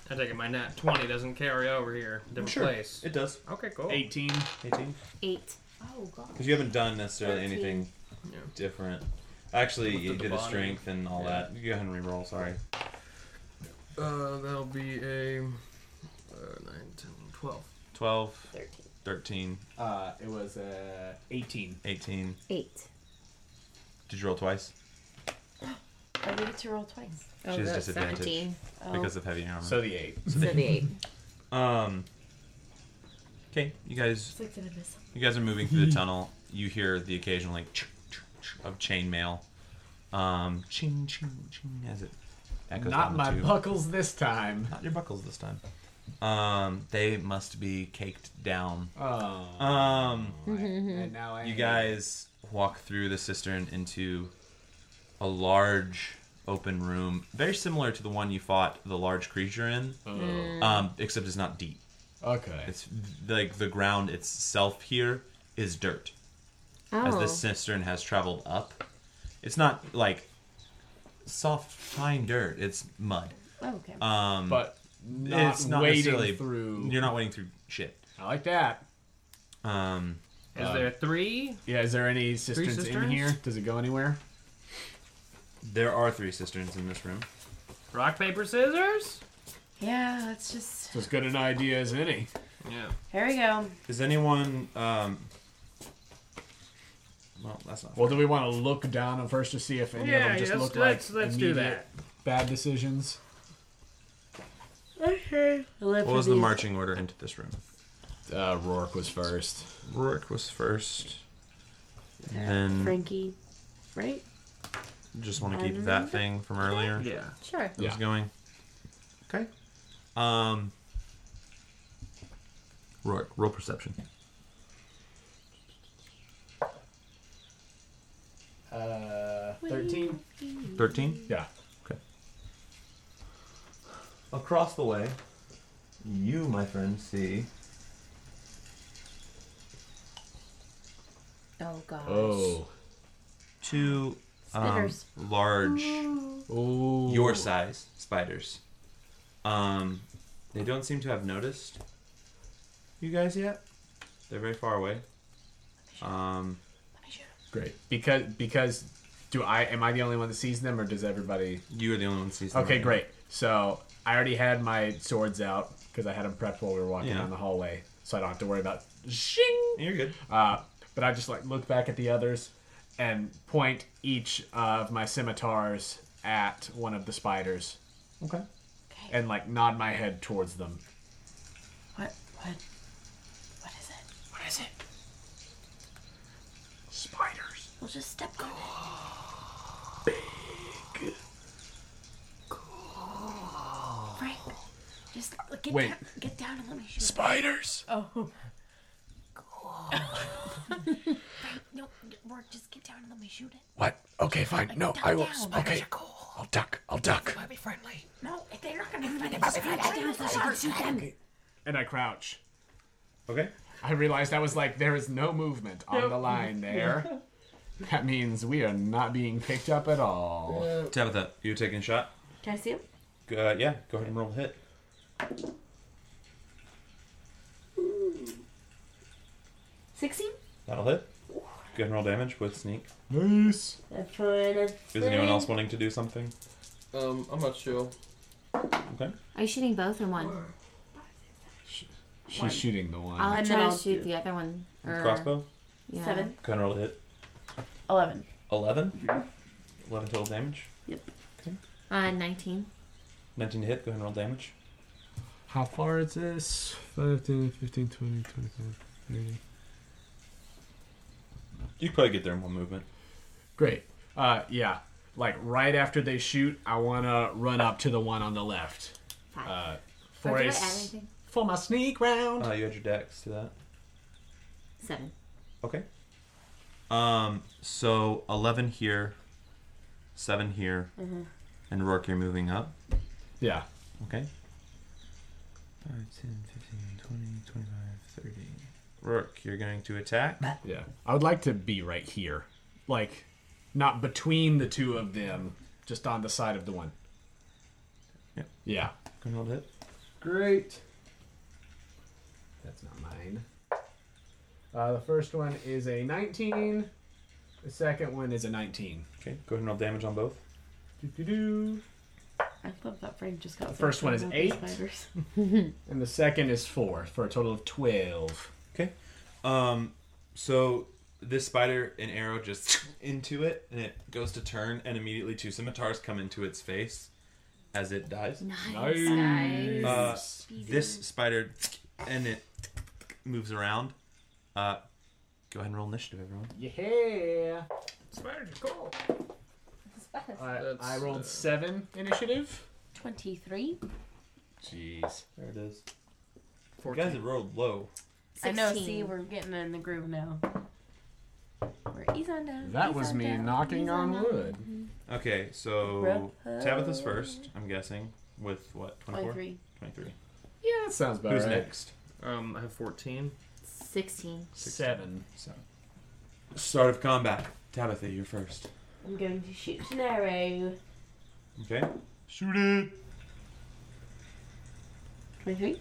Speaker 4: I take it my nat 20 doesn't carry over here. Different place.
Speaker 1: It does.
Speaker 4: Okay, cool.
Speaker 9: 18.
Speaker 1: 18.
Speaker 8: Eight.
Speaker 6: Oh god.
Speaker 1: Because you haven't done necessarily anything
Speaker 4: Yeah.
Speaker 1: different. Actually,
Speaker 4: Looked
Speaker 1: you
Speaker 4: at the
Speaker 1: did a
Speaker 4: body.
Speaker 1: strength and all
Speaker 4: Yeah.
Speaker 1: that. You go ahead and reroll. Sorry.
Speaker 4: Uh, that'll be a uh, 9, 10, 12.
Speaker 1: 12, 13,
Speaker 9: Uh, it was uh, 18.
Speaker 1: 18.
Speaker 8: Eight.
Speaker 1: Did you roll twice?
Speaker 6: I need to roll twice.
Speaker 1: she has
Speaker 8: Oh, that's Oh.
Speaker 1: disadvantage
Speaker 8: 17.
Speaker 1: because of heavy armor.
Speaker 9: So the 8.
Speaker 8: So the eight.
Speaker 1: Um. Okay, you guys,
Speaker 6: It's like, did I miss something?
Speaker 1: you guys are moving through the tunnel. You hear the occasional like, of chainmail. Um, ching, ching, ching, as it echoes down
Speaker 9: Not
Speaker 1: the
Speaker 9: my
Speaker 1: tube.
Speaker 9: buckles this time.
Speaker 1: Not your buckles this time. Um, they must be caked down.
Speaker 9: Oh.
Speaker 1: Um,
Speaker 8: Mm-hmm.
Speaker 9: and now I
Speaker 1: you guys walk through the cistern into a large open room, very similar to the one you fought the large creature in,
Speaker 9: Mm.
Speaker 1: um, except it's not deep.
Speaker 9: Okay.
Speaker 1: It's like the ground itself here is dirt, as
Speaker 8: Oh.
Speaker 1: the cistern has traveled up. It's not like soft, fine dirt. It's mud.
Speaker 8: Okay.
Speaker 1: Um,
Speaker 9: But not wading through-
Speaker 1: You're not wading through shit.
Speaker 9: I like that.
Speaker 1: Um,
Speaker 4: Is there three?
Speaker 9: Yeah, is there any cisterns in
Speaker 4: cisterns?
Speaker 9: here? Does it go anywhere?
Speaker 1: There are three cisterns in this room.
Speaker 4: Rock, paper, scissors?
Speaker 6: Yeah, let's just.
Speaker 9: It's as good an idea as any.
Speaker 4: Yeah.
Speaker 6: Here we go.
Speaker 1: Is anyone? Um, well, that's not.
Speaker 9: Well, do we want to look down and first to see if any
Speaker 4: Yeah,
Speaker 9: of them just
Speaker 4: yes,
Speaker 9: look
Speaker 4: let's-
Speaker 9: like
Speaker 4: let's do
Speaker 9: immediate bad decisions?
Speaker 6: Okay.
Speaker 1: What was the marching order into this room?
Speaker 9: Uh, Rourke was first.
Speaker 1: Rourke was first. And then
Speaker 6: Frankie, right?
Speaker 1: just want to keep that thing from earlier.
Speaker 4: Yeah.
Speaker 6: Sure.
Speaker 1: That was
Speaker 9: Yeah.
Speaker 1: going. Okay. Um. Rourke, roll perception.
Speaker 9: Uh, 13?
Speaker 1: Thirteen.
Speaker 9: Yeah.
Speaker 1: Okay. Across the way, you, my friend, see
Speaker 8: oh gosh.
Speaker 9: Oh.
Speaker 1: two um,
Speaker 8: Spitters.
Speaker 1: large,
Speaker 9: Oh.
Speaker 1: your size spiders. Um, they don't seem to have noticed you guys yet. They're very far away. Um,
Speaker 9: Great. Because because do I am I the only one that sees them or does everybody?
Speaker 1: you are the only one who sees them.
Speaker 9: Okay,
Speaker 1: right now.
Speaker 9: great. So I already had my swords out because I had them prepped while we were walking
Speaker 1: Yeah.
Speaker 9: down the hallway, so I don't have to worry about shing.
Speaker 1: You're good.
Speaker 9: Uh, but I just like look back at the others and point each of my scimitars at one of the spiders
Speaker 1: Okay.
Speaker 9: and like nod my head towards them.
Speaker 6: What? What? What is it?
Speaker 9: What is it? Spiders.
Speaker 6: We'll just step on it. Frank, just get
Speaker 9: Wait.
Speaker 6: down, get down and let me Oh. shoot.
Speaker 9: Spiders.
Speaker 6: No, work. Just get down and let me shoot it.
Speaker 9: What? Okay, fine. No, I will.
Speaker 6: down.
Speaker 9: Okay, I'll duck. I'll duck.
Speaker 6: No, they're not gonna find it. Just get down so she can shoot them.
Speaker 9: And I crouch.
Speaker 1: Okay.
Speaker 9: I realized I was like, there is no movement on the line there. That means we are not being picked up at all.
Speaker 1: Tabitha, you're taking a shot.
Speaker 6: Can I see him?
Speaker 1: Uh, yeah, go ahead and roll a hit.
Speaker 6: Sixteen.
Speaker 1: That'll hit. Go ahead and roll damage with sneak.
Speaker 9: Nice.
Speaker 6: That's fine.
Speaker 1: Is anyone else wanting to do something?
Speaker 12: Um, I'm not sure.
Speaker 1: Okay.
Speaker 8: Are you shooting both or one?
Speaker 9: She's shooting the one.
Speaker 8: I'll
Speaker 6: And then
Speaker 8: try
Speaker 6: I'll
Speaker 8: to shoot
Speaker 6: do-
Speaker 8: the other one. Or,
Speaker 1: Crossbow.
Speaker 8: Yeah.
Speaker 6: Seven.
Speaker 1: Go ahead and roll a hit.
Speaker 6: Eleven.
Speaker 1: 11? 11 total damage.
Speaker 8: Uh, 19.
Speaker 1: 19 to hit. Go ahead and roll damage.
Speaker 9: How far is this? 5, 10, 15, 20, 25, 30.
Speaker 1: You could probably get there in one movement.
Speaker 9: Great. Uh, yeah. Like right after they shoot, I wanna run up to the one on the left.
Speaker 8: Five.
Speaker 9: Uh,
Speaker 8: Or
Speaker 9: for
Speaker 8: did
Speaker 9: a
Speaker 8: I add
Speaker 9: s-
Speaker 8: anything?
Speaker 9: for my sneak round.
Speaker 1: Uh, you add your dex to that.
Speaker 8: Seven.
Speaker 1: Okay. Um, so 11 here, 7 here,
Speaker 8: Mm-hmm.
Speaker 1: and Rourke, you're moving up.
Speaker 9: Yeah.
Speaker 1: Okay. 5, 10, 15, 20, 25, 30. Rourke, you're going to attack.
Speaker 9: Yeah. I would like to be right here. Like, not between the two of them, just on the side of the one.
Speaker 1: Yep.
Speaker 9: Yeah.
Speaker 1: Go ahead and roll a hit.
Speaker 9: Great. That's not mine. Uh, the first one is a 19. The second one is a 19.
Speaker 1: Okay, go ahead and roll damage on both.
Speaker 9: Doo-doo-doo.
Speaker 6: I love that Frank just got. The
Speaker 9: first one is eight. And the second is 4 for a total of 12.
Speaker 1: Okay. Um, so this spider, an arrow just (laughs) into it, and it goes to turn, and immediately two scimitars come into its face as it dies.
Speaker 8: Nice.
Speaker 1: Uh, this spider, and it moves around. Uh, go ahead and roll initiative, everyone.
Speaker 9: Yeah.
Speaker 4: Spiders are cool.
Speaker 9: I, I
Speaker 12: That's, uh,
Speaker 9: rolled seven initiative.
Speaker 8: 23.
Speaker 1: Jeez. There it is. You
Speaker 9: Fourteen.
Speaker 1: guys have rolled low.
Speaker 6: I know.
Speaker 8: 16.
Speaker 6: See, we're getting in the groove now. We're ease on down.
Speaker 9: That
Speaker 6: ease
Speaker 9: was
Speaker 6: on
Speaker 9: me
Speaker 6: down,
Speaker 9: knocking
Speaker 6: ease
Speaker 9: on wood.
Speaker 1: Okay, so Tabitha's first, I'm guessing, with what, 24?
Speaker 6: 23.
Speaker 1: 23.
Speaker 9: Yeah, that sounds about
Speaker 1: Who's
Speaker 9: right.
Speaker 1: next?
Speaker 12: Um, I have 14.
Speaker 8: 16.
Speaker 9: Seven.
Speaker 1: Seven. Start of combat. Tabitha, you're first.
Speaker 6: I'm going to shoot an arrow.
Speaker 1: Okay. Shoot it.
Speaker 6: 23?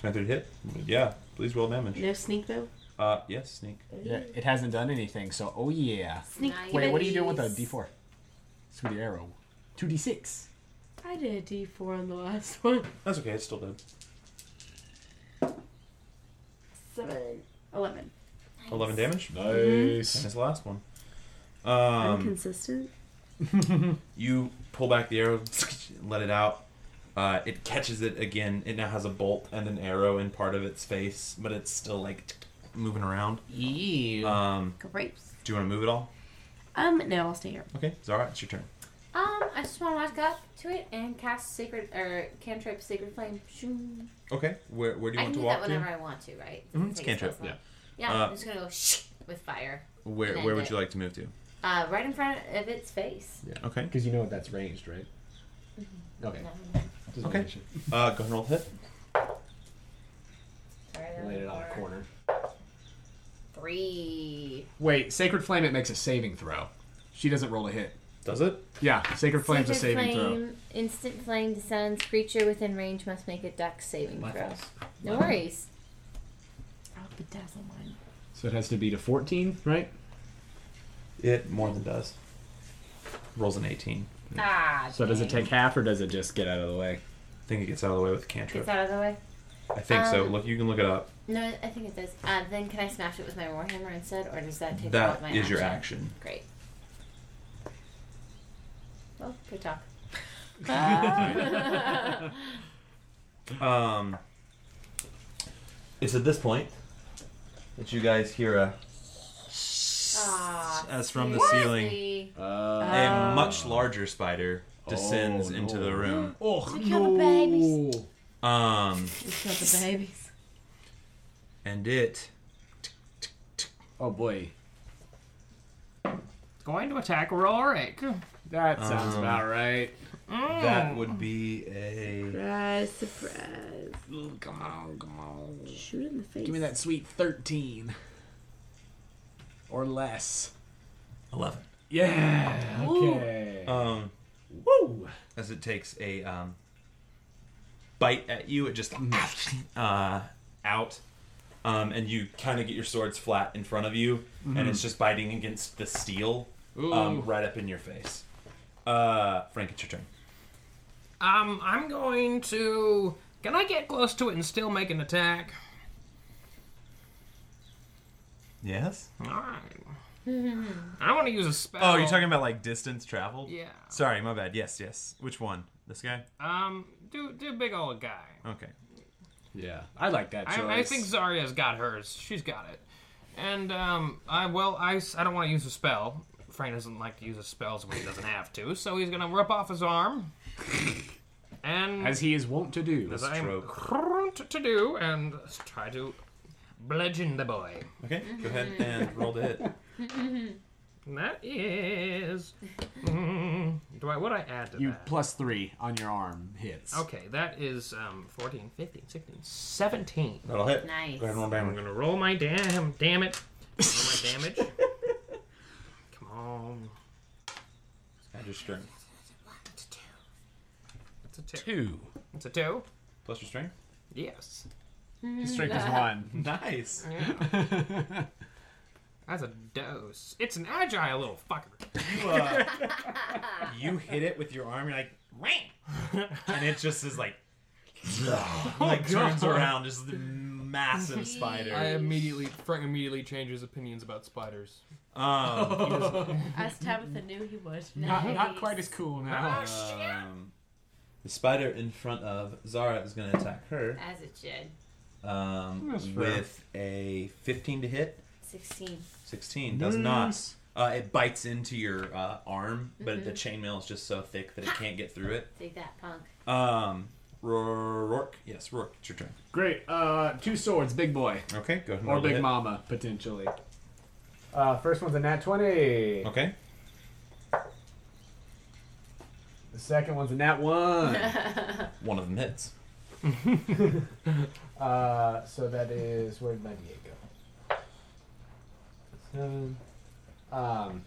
Speaker 1: 23 to hit. Yeah, please roll damage.
Speaker 6: No sneak though?
Speaker 1: Uh, yes, sneak.
Speaker 9: Yeah, it hasn't done anything, so oh yeah.
Speaker 6: Sneak.
Speaker 8: Nice.
Speaker 9: Wait, what are you doing with a D4? It's with the arrow. 2D6.
Speaker 6: I did a D4 on the last (laughs) one.
Speaker 1: That's okay, it's still dead.
Speaker 6: 7. 11.
Speaker 1: 11 damage. And
Speaker 9: Nice.
Speaker 1: his last one.
Speaker 6: I'm
Speaker 1: Um,
Speaker 6: consistent.
Speaker 1: you pull back the arrow, (laughs) let it out. Uh, it catches it again. It now has a bolt and an arrow in part of its face, but it's still like moving around.
Speaker 9: Ew.
Speaker 1: Um,
Speaker 6: Grapes.
Speaker 1: do you want to move at all?
Speaker 6: Um, no, I'll stay here.
Speaker 1: Okay, it's all right. It's your turn.
Speaker 8: Um, I just want to walk up to it and cast Sacred, or Cantrip Sacred Flame. Shoo.
Speaker 1: Okay, where, where do you
Speaker 8: I
Speaker 1: want
Speaker 8: can
Speaker 1: to
Speaker 8: do
Speaker 1: walk
Speaker 8: that
Speaker 1: to?
Speaker 8: whenever I want to, right?
Speaker 1: Mhm,
Speaker 8: Doesn't
Speaker 1: it's
Speaker 8: take a spell
Speaker 1: cantrip,
Speaker 8: slot.
Speaker 1: yeah.
Speaker 8: Yeah,
Speaker 1: Uh,
Speaker 8: I'm just gonna go (laughs) shh with fire.
Speaker 1: Where
Speaker 8: and
Speaker 1: where
Speaker 8: end
Speaker 1: would
Speaker 8: it.
Speaker 1: you like to move to?
Speaker 8: Uh, right in front of its face. Mm-hmm.
Speaker 1: Okay.
Speaker 9: Because you know that's ranged, right? Okay. Just
Speaker 1: Okay.
Speaker 9: making sure.
Speaker 1: Uh, go ahead and roll hit.
Speaker 8: Right on
Speaker 9: Laid it
Speaker 8: the
Speaker 9: on a
Speaker 8: floor.
Speaker 9: corner.
Speaker 8: Three.
Speaker 9: Wait, Sacred Flame, it makes a saving throw. She doesn't roll a hit.
Speaker 1: Does it?
Speaker 9: Yeah, Sacred Flame's
Speaker 8: Sacred
Speaker 9: a saving throw.
Speaker 8: flame, Instant flame descends. Creature within range must make a dex saving
Speaker 9: My
Speaker 8: throw.
Speaker 9: fault.
Speaker 8: No worries.
Speaker 6: I'll bedazzle mine.
Speaker 9: So it has to beat a 14, right?
Speaker 1: It more than does. Rolls an 18.
Speaker 8: Ah.
Speaker 9: So does it
Speaker 8: dang.
Speaker 9: take half or does it just get out of the way?
Speaker 1: I think it gets out of the way with cantrip.
Speaker 8: Gets out of the way.
Speaker 1: I think so.
Speaker 8: Um,
Speaker 1: Look, you can look it up.
Speaker 8: No, I think it does. Uh, then can I smash it with my warhammer instead, or does that take all
Speaker 1: That
Speaker 8: of my
Speaker 1: is your action.
Speaker 8: Great. Well, good talk.
Speaker 1: Um, it's at this point that you guys hear a
Speaker 8: Ah,
Speaker 1: as from the
Speaker 8: sweet.
Speaker 1: ceiling, a much larger spider descends
Speaker 9: Oh,
Speaker 1: into
Speaker 9: no.
Speaker 1: the room.
Speaker 9: Oh,
Speaker 8: We killed the babies.
Speaker 1: Um,
Speaker 6: We killed the babies.
Speaker 1: and it
Speaker 9: Oh boy.
Speaker 4: It's going to attack Rorik.
Speaker 9: That sounds about right.
Speaker 1: that would be a
Speaker 6: Surprise, surprise.
Speaker 9: Oh, Come on, come on.
Speaker 6: Shoot in the face.
Speaker 9: Give me that sweet 13. Or less.
Speaker 1: eleven.
Speaker 9: Yeah. Okay.
Speaker 1: Um,
Speaker 9: Woo!
Speaker 1: as it takes a um, bite at you. It just (sniffs) uh, out, um, and you kind of get your swords flat in front of you, and it's just biting against the steel
Speaker 9: Ooh.
Speaker 1: um, right up in your face. Uh, Frank, it's your turn.
Speaker 4: Um, I'm going to. Can I get close to it and still make an attack?
Speaker 1: Yes.
Speaker 4: Alright. I want to use a spell.
Speaker 1: Oh, you're talking about like distance traveled.
Speaker 4: Yeah.
Speaker 1: Sorry, my bad. Yes, yes. Which one? This guy.
Speaker 4: Um, do do big old guy.
Speaker 1: Okay.
Speaker 9: Yeah, I like that choice.
Speaker 4: I, I think Zarya's got hers. She's got it. And um, I well, I, s- I don't want to use a spell. Frank doesn't like to use his spells when he doesn't have to, so he's gonna rip off his arm. And
Speaker 9: As he is wont to do.
Speaker 4: as I'm prone to do, and try to bludgeon the boy.
Speaker 1: Okay. Go ahead and roll the hit.
Speaker 4: And that is. Mm, do I? What I add to
Speaker 9: You
Speaker 4: that?
Speaker 9: plus three on your arm hits.
Speaker 4: okay, that is um, 14, 15, 16, 17.
Speaker 1: That'll hit.
Speaker 8: Nice.
Speaker 1: Go ahead and roll
Speaker 4: I'm
Speaker 1: damage.
Speaker 4: gonna roll my damn damn it. Roll my damage. (laughs) Come on.
Speaker 1: Add your strength.
Speaker 4: It's a two.
Speaker 9: Two.
Speaker 4: It's a two?
Speaker 1: Plus your strength.
Speaker 4: Yes.
Speaker 9: His strength is one.
Speaker 1: (laughs) Nice.
Speaker 4: That's a dose. It's an agile little fucker.
Speaker 1: you, uh, you hit it with your arm, you're like, wham! And it just is like,
Speaker 9: (laughs) Oh,
Speaker 1: like turns around, just the massive
Speaker 12: I
Speaker 1: spider.
Speaker 12: immediately, Frank immediately changes opinions about spiders.
Speaker 9: Oh,
Speaker 1: Um,
Speaker 6: As Tabitha knew he would.
Speaker 9: Not, not quite as cool now.
Speaker 1: um, the spider in front of Zara is going to attack her
Speaker 8: As it should.
Speaker 1: um,
Speaker 9: That's fair.
Speaker 1: with a 15 to hit.
Speaker 8: Sixteen.
Speaker 1: 16 does not. Uh, it bites into your uh, arm, but
Speaker 8: Mhm.
Speaker 1: the chainmail is just so thick that it can't get through it.
Speaker 8: Take that, punk.
Speaker 1: Um, Rourke. Yes, Rourke. It's your turn.
Speaker 9: Great. Uh, two swords, big boy.
Speaker 1: Okay, go ahead. and
Speaker 9: Or
Speaker 1: roll to
Speaker 9: big
Speaker 1: hit.
Speaker 9: mama, potentially. Uh, first one's a nat 20.
Speaker 1: Okay.
Speaker 9: The second one's a nat (laughs) Uh, 1.
Speaker 1: One of them hits.
Speaker 9: uh, so that is, where did my D8 go? Seven. Um,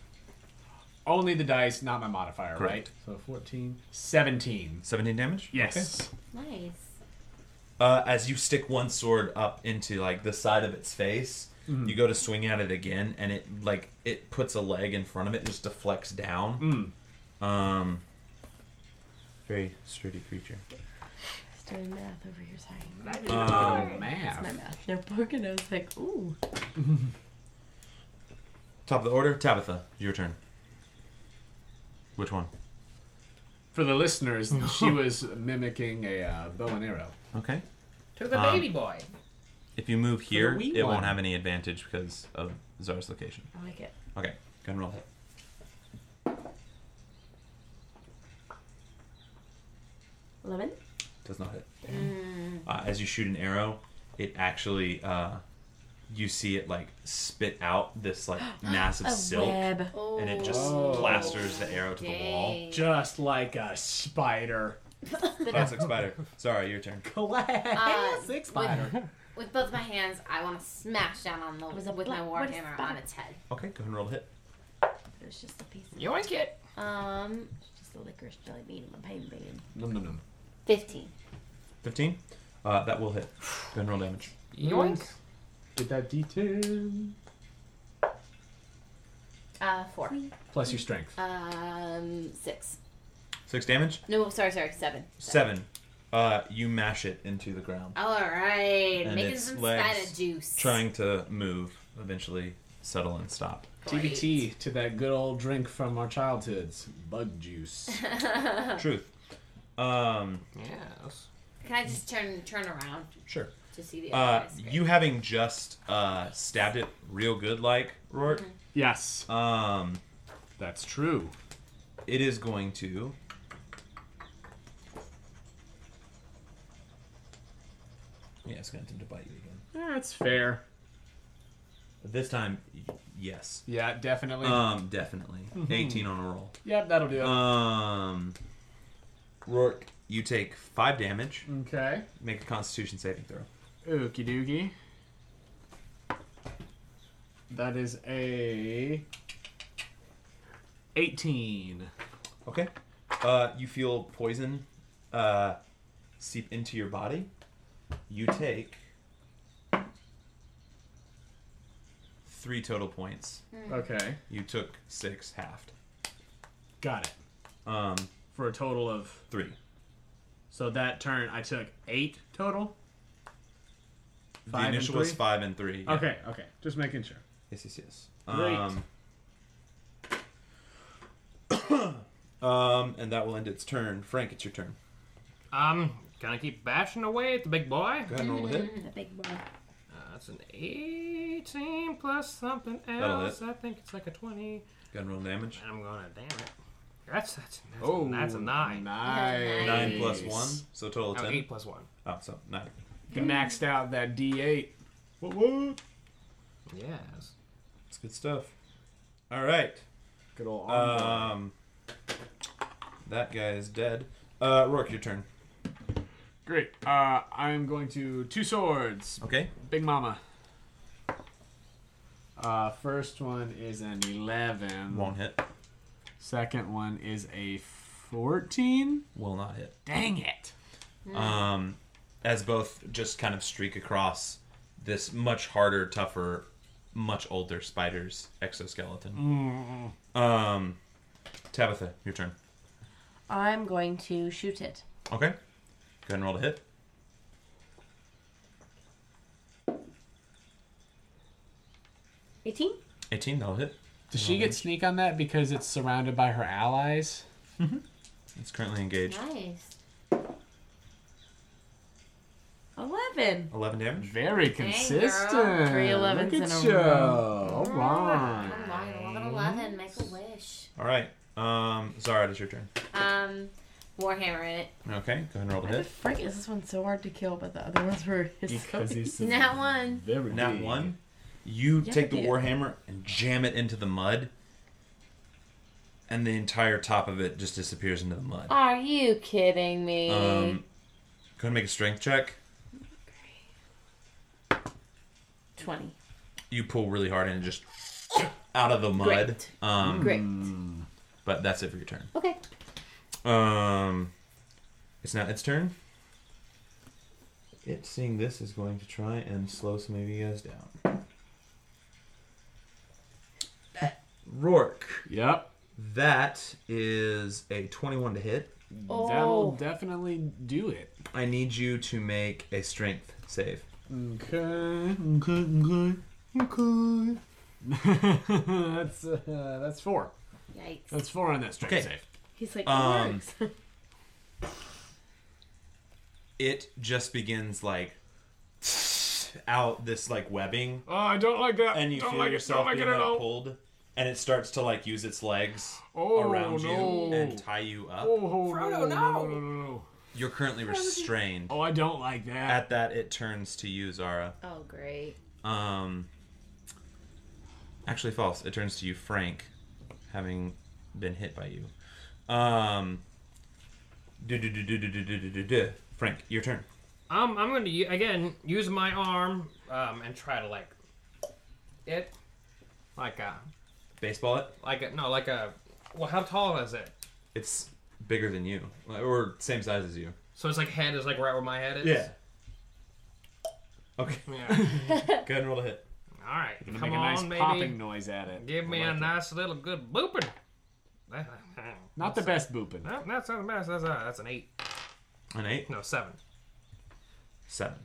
Speaker 9: only the dice, not my modifier,
Speaker 1: Correct.
Speaker 9: right? So 14. 17.
Speaker 1: 17 damage?
Speaker 9: Yes.
Speaker 8: Nice.
Speaker 1: Uh, as you stick one sword up into like the side of its face,
Speaker 9: Mhm.
Speaker 1: you go to swing at it again, and it like it puts a leg in front of it, and just deflects down.
Speaker 9: Mm.
Speaker 1: Um, very sturdy creature.
Speaker 6: Just doing math over here, sorry.
Speaker 9: Oh,
Speaker 1: Um,
Speaker 6: It's
Speaker 1: math.
Speaker 6: my math notebook, and I was like, ooh.
Speaker 1: Top of the order, Tabitha, your turn. Which one?
Speaker 9: For the listeners, (laughs) she was mimicking a uh, bow and arrow.
Speaker 1: Okay.
Speaker 11: To
Speaker 1: the Um, baby
Speaker 11: boy.
Speaker 1: If you move here,
Speaker 9: wee
Speaker 1: it
Speaker 9: one.
Speaker 1: won't have any advantage because of Zar's location.
Speaker 6: I like it.
Speaker 1: Okay, go ahead and roll hit.
Speaker 6: Eleven?
Speaker 1: Does not hit.
Speaker 6: Mm.
Speaker 1: Uh, as you shoot an arrow, it actually uh, you see it like spit out this
Speaker 6: (gasps)
Speaker 1: like massive
Speaker 6: A
Speaker 1: silk,
Speaker 6: web.
Speaker 1: and it just
Speaker 9: Oh.
Speaker 1: plasters the arrow to the wall.
Speaker 9: Just like a spider.
Speaker 6: (laughs)
Speaker 1: Classic spider. Sorry, your turn.
Speaker 8: Uh,
Speaker 9: Six
Speaker 8: with, with both my hands, I want to smash down on the
Speaker 6: was a
Speaker 8: with my
Speaker 6: black- what is
Speaker 8: warhammer
Speaker 6: that?
Speaker 8: on its head.
Speaker 1: Okay, go ahead and roll a hit.
Speaker 6: There's just a piece of
Speaker 8: You like it? Um,
Speaker 6: just a licorice jelly bean in my pain band.
Speaker 9: Num num num.
Speaker 8: fifteen.
Speaker 1: Fifteen. Uh, that will hit. Go ahead and roll damage.
Speaker 9: Yoink. Get that D10.
Speaker 8: Uh, four.
Speaker 9: Plus your strength.
Speaker 2: Uh,
Speaker 8: Um, six.
Speaker 1: Six damage.
Speaker 8: No, sorry, sorry, seven.
Speaker 1: Seven. Uh, you mash it into the ground,
Speaker 8: All right,
Speaker 1: And
Speaker 8: making
Speaker 1: its
Speaker 8: some
Speaker 1: legs
Speaker 8: spider juice.
Speaker 1: trying to move. Eventually, settle and stop.
Speaker 9: TBT to that good old drink from our childhoods, bug juice.
Speaker 8: Can
Speaker 1: Truth. Um,
Speaker 4: Yes.
Speaker 8: I just turn turn around
Speaker 1: sure.
Speaker 8: to see the
Speaker 1: Uh,
Speaker 8: other guys?
Speaker 1: you having just uh, stabbed it real good, like Rourke.
Speaker 6: Mm-hmm.
Speaker 9: Yes,
Speaker 1: Um,
Speaker 9: that's true.
Speaker 1: it is going to. Yeah, it's going to attempt to bite you again.
Speaker 9: That's fair.
Speaker 1: But this time, y- yes.
Speaker 9: Yeah, definitely.
Speaker 1: Um, definitely. 18 on a roll.
Speaker 9: yep, that'll do it.
Speaker 1: Um, Rourke, you take five damage.
Speaker 9: okay.
Speaker 1: Make a Constitution saving throw.
Speaker 9: Ookie dookie. That is a 18.
Speaker 1: Okay. Uh, you feel poison uh, seep into your body. You take three total points.
Speaker 9: Okay,
Speaker 1: You took six halved.
Speaker 9: got it.
Speaker 1: Um,
Speaker 9: For a total of
Speaker 1: three.
Speaker 9: so that turn I took eight total. Five
Speaker 1: the
Speaker 9: and
Speaker 1: initial was
Speaker 9: three?
Speaker 1: five and three. yeah.
Speaker 9: Okay, okay, just making sure.
Speaker 1: Yes, yes, yes.
Speaker 9: Great.
Speaker 1: Um, (coughs) um, and that will end its turn. Frank, it's your turn.
Speaker 4: Um, can I keep bashing away at the big boy?
Speaker 1: Go ahead and roll a hit.
Speaker 6: That big boy.
Speaker 4: Uh, that's an 18 plus something
Speaker 1: That'll
Speaker 4: else. I think it's like a 20.
Speaker 1: Go ahead and roll damage.
Speaker 4: And I'm going to damn it. That's that's that's, that's a Oh, nine.
Speaker 9: Nice.
Speaker 1: Nine plus one, so a total of
Speaker 4: No,
Speaker 1: ten.
Speaker 4: eight plus one.
Speaker 1: Oh, so nine.
Speaker 9: You maxed out that D8. What, what?
Speaker 4: Yes.
Speaker 1: It's good stuff. All right.
Speaker 9: Good old arm.
Speaker 1: Um, that guy is dead. Uh, Rourke, your turn.
Speaker 9: Great. Uh, I'm going to two swords.
Speaker 1: Okay.
Speaker 9: Big Mama. Uh, first one is an 11.
Speaker 1: Won't hit.
Speaker 9: Second one is a 14.
Speaker 1: Will not hit.
Speaker 9: Dang it.
Speaker 1: Um, as both just kind of streak across this much harder, tougher, much older spider's exoskeleton. Um, Tabitha, your turn.
Speaker 6: I'm going to shoot it.
Speaker 1: Okay. Go ahead and roll to hit.
Speaker 6: Eighteen?
Speaker 1: 18, that'll hit.
Speaker 9: Does she get sneak on that because it's surrounded by her allies?
Speaker 1: It's currently engaged.
Speaker 8: Nice.
Speaker 6: Eleven.
Speaker 1: 11 damage.
Speaker 9: Very
Speaker 8: girl.
Speaker 9: consistent.
Speaker 6: Three
Speaker 9: Look
Speaker 6: 11s
Speaker 9: at
Speaker 6: in a
Speaker 9: you.
Speaker 6: row.
Speaker 9: All right.
Speaker 8: Come on, look at
Speaker 2: 11. Make a wish.
Speaker 1: All right. Um, Zara, it is your turn.
Speaker 2: Um, Warhammer in it.
Speaker 1: Okay, go ahead and roll the hit.
Speaker 6: Frank is this one so hard to kill, but the other ones were
Speaker 1: Because he's so-
Speaker 6: (laughs) Not one.
Speaker 1: Very Nat one. You
Speaker 6: Yeah,
Speaker 1: take the
Speaker 6: dude.
Speaker 1: warhammer and jam it into the mud, and the entire top of it just disappears into the mud.
Speaker 8: Are you kidding me?
Speaker 1: Um, go ahead and make a strength check.
Speaker 8: 20.
Speaker 1: You pull really hard and it just out of the mud.
Speaker 8: Great.
Speaker 1: Um,
Speaker 8: Great.
Speaker 1: But that's it for your turn.
Speaker 8: Okay.
Speaker 1: Um, it's now its turn. It seeing this is going to try and slow some of you guys down. Rourke.
Speaker 9: Yep.
Speaker 1: That is a 21 to hit.
Speaker 6: Oh.
Speaker 9: That'll definitely do it.
Speaker 1: I need you to make a strength save.
Speaker 9: Okay. Okay. Okay. Okay. (laughs) that's uh, that's four.
Speaker 8: Yikes.
Speaker 9: That's four on that strength
Speaker 1: Okay.
Speaker 9: save.
Speaker 6: He's like,
Speaker 1: Um,
Speaker 6: (laughs)
Speaker 1: it just begins like (sniffs) out this like webbing.
Speaker 9: Oh, I don't like that.
Speaker 1: And you
Speaker 9: Don't
Speaker 1: feel
Speaker 9: like it.
Speaker 1: yourself
Speaker 9: Don't like
Speaker 1: being
Speaker 9: it at
Speaker 1: like,
Speaker 9: all.
Speaker 1: pulled, and it starts to like use its legs
Speaker 9: Oh,
Speaker 1: around
Speaker 9: no.
Speaker 1: you and tie you up.
Speaker 9: Oh,
Speaker 4: Frodo,
Speaker 9: no,
Speaker 4: no.
Speaker 9: no, no, no.
Speaker 1: You're currently restrained.
Speaker 9: Oh, I don't like that.
Speaker 1: At that, it turns to you, Zara.
Speaker 8: Oh, great.
Speaker 1: Um, actually, false. It turns to you, Frank, having been hit by you. Um, do do do do do do do do do do. Frank, your turn.
Speaker 4: Um, I'm going to again use my arm um, and try to like it, like a
Speaker 1: Baseball it.
Speaker 4: like a no like a. Well, how tall is it?
Speaker 1: It's bigger than you, or same size as you.
Speaker 4: So it's like head is like right where my head is.
Speaker 1: Yeah. Okay.
Speaker 9: (laughs)
Speaker 4: Yeah.
Speaker 1: Go ahead and roll a hit.
Speaker 4: All right,
Speaker 9: Gonna
Speaker 4: come
Speaker 9: make a
Speaker 4: on,
Speaker 9: nice
Speaker 4: baby.
Speaker 9: popping noise at it.
Speaker 4: Give me
Speaker 9: I like
Speaker 4: a
Speaker 9: it.
Speaker 4: nice little good booping. (laughs) That-
Speaker 9: Not the best booping.
Speaker 4: that- that's not the best. That's, a, that's an eight.
Speaker 1: An eight,
Speaker 4: No, seven.
Speaker 1: seven.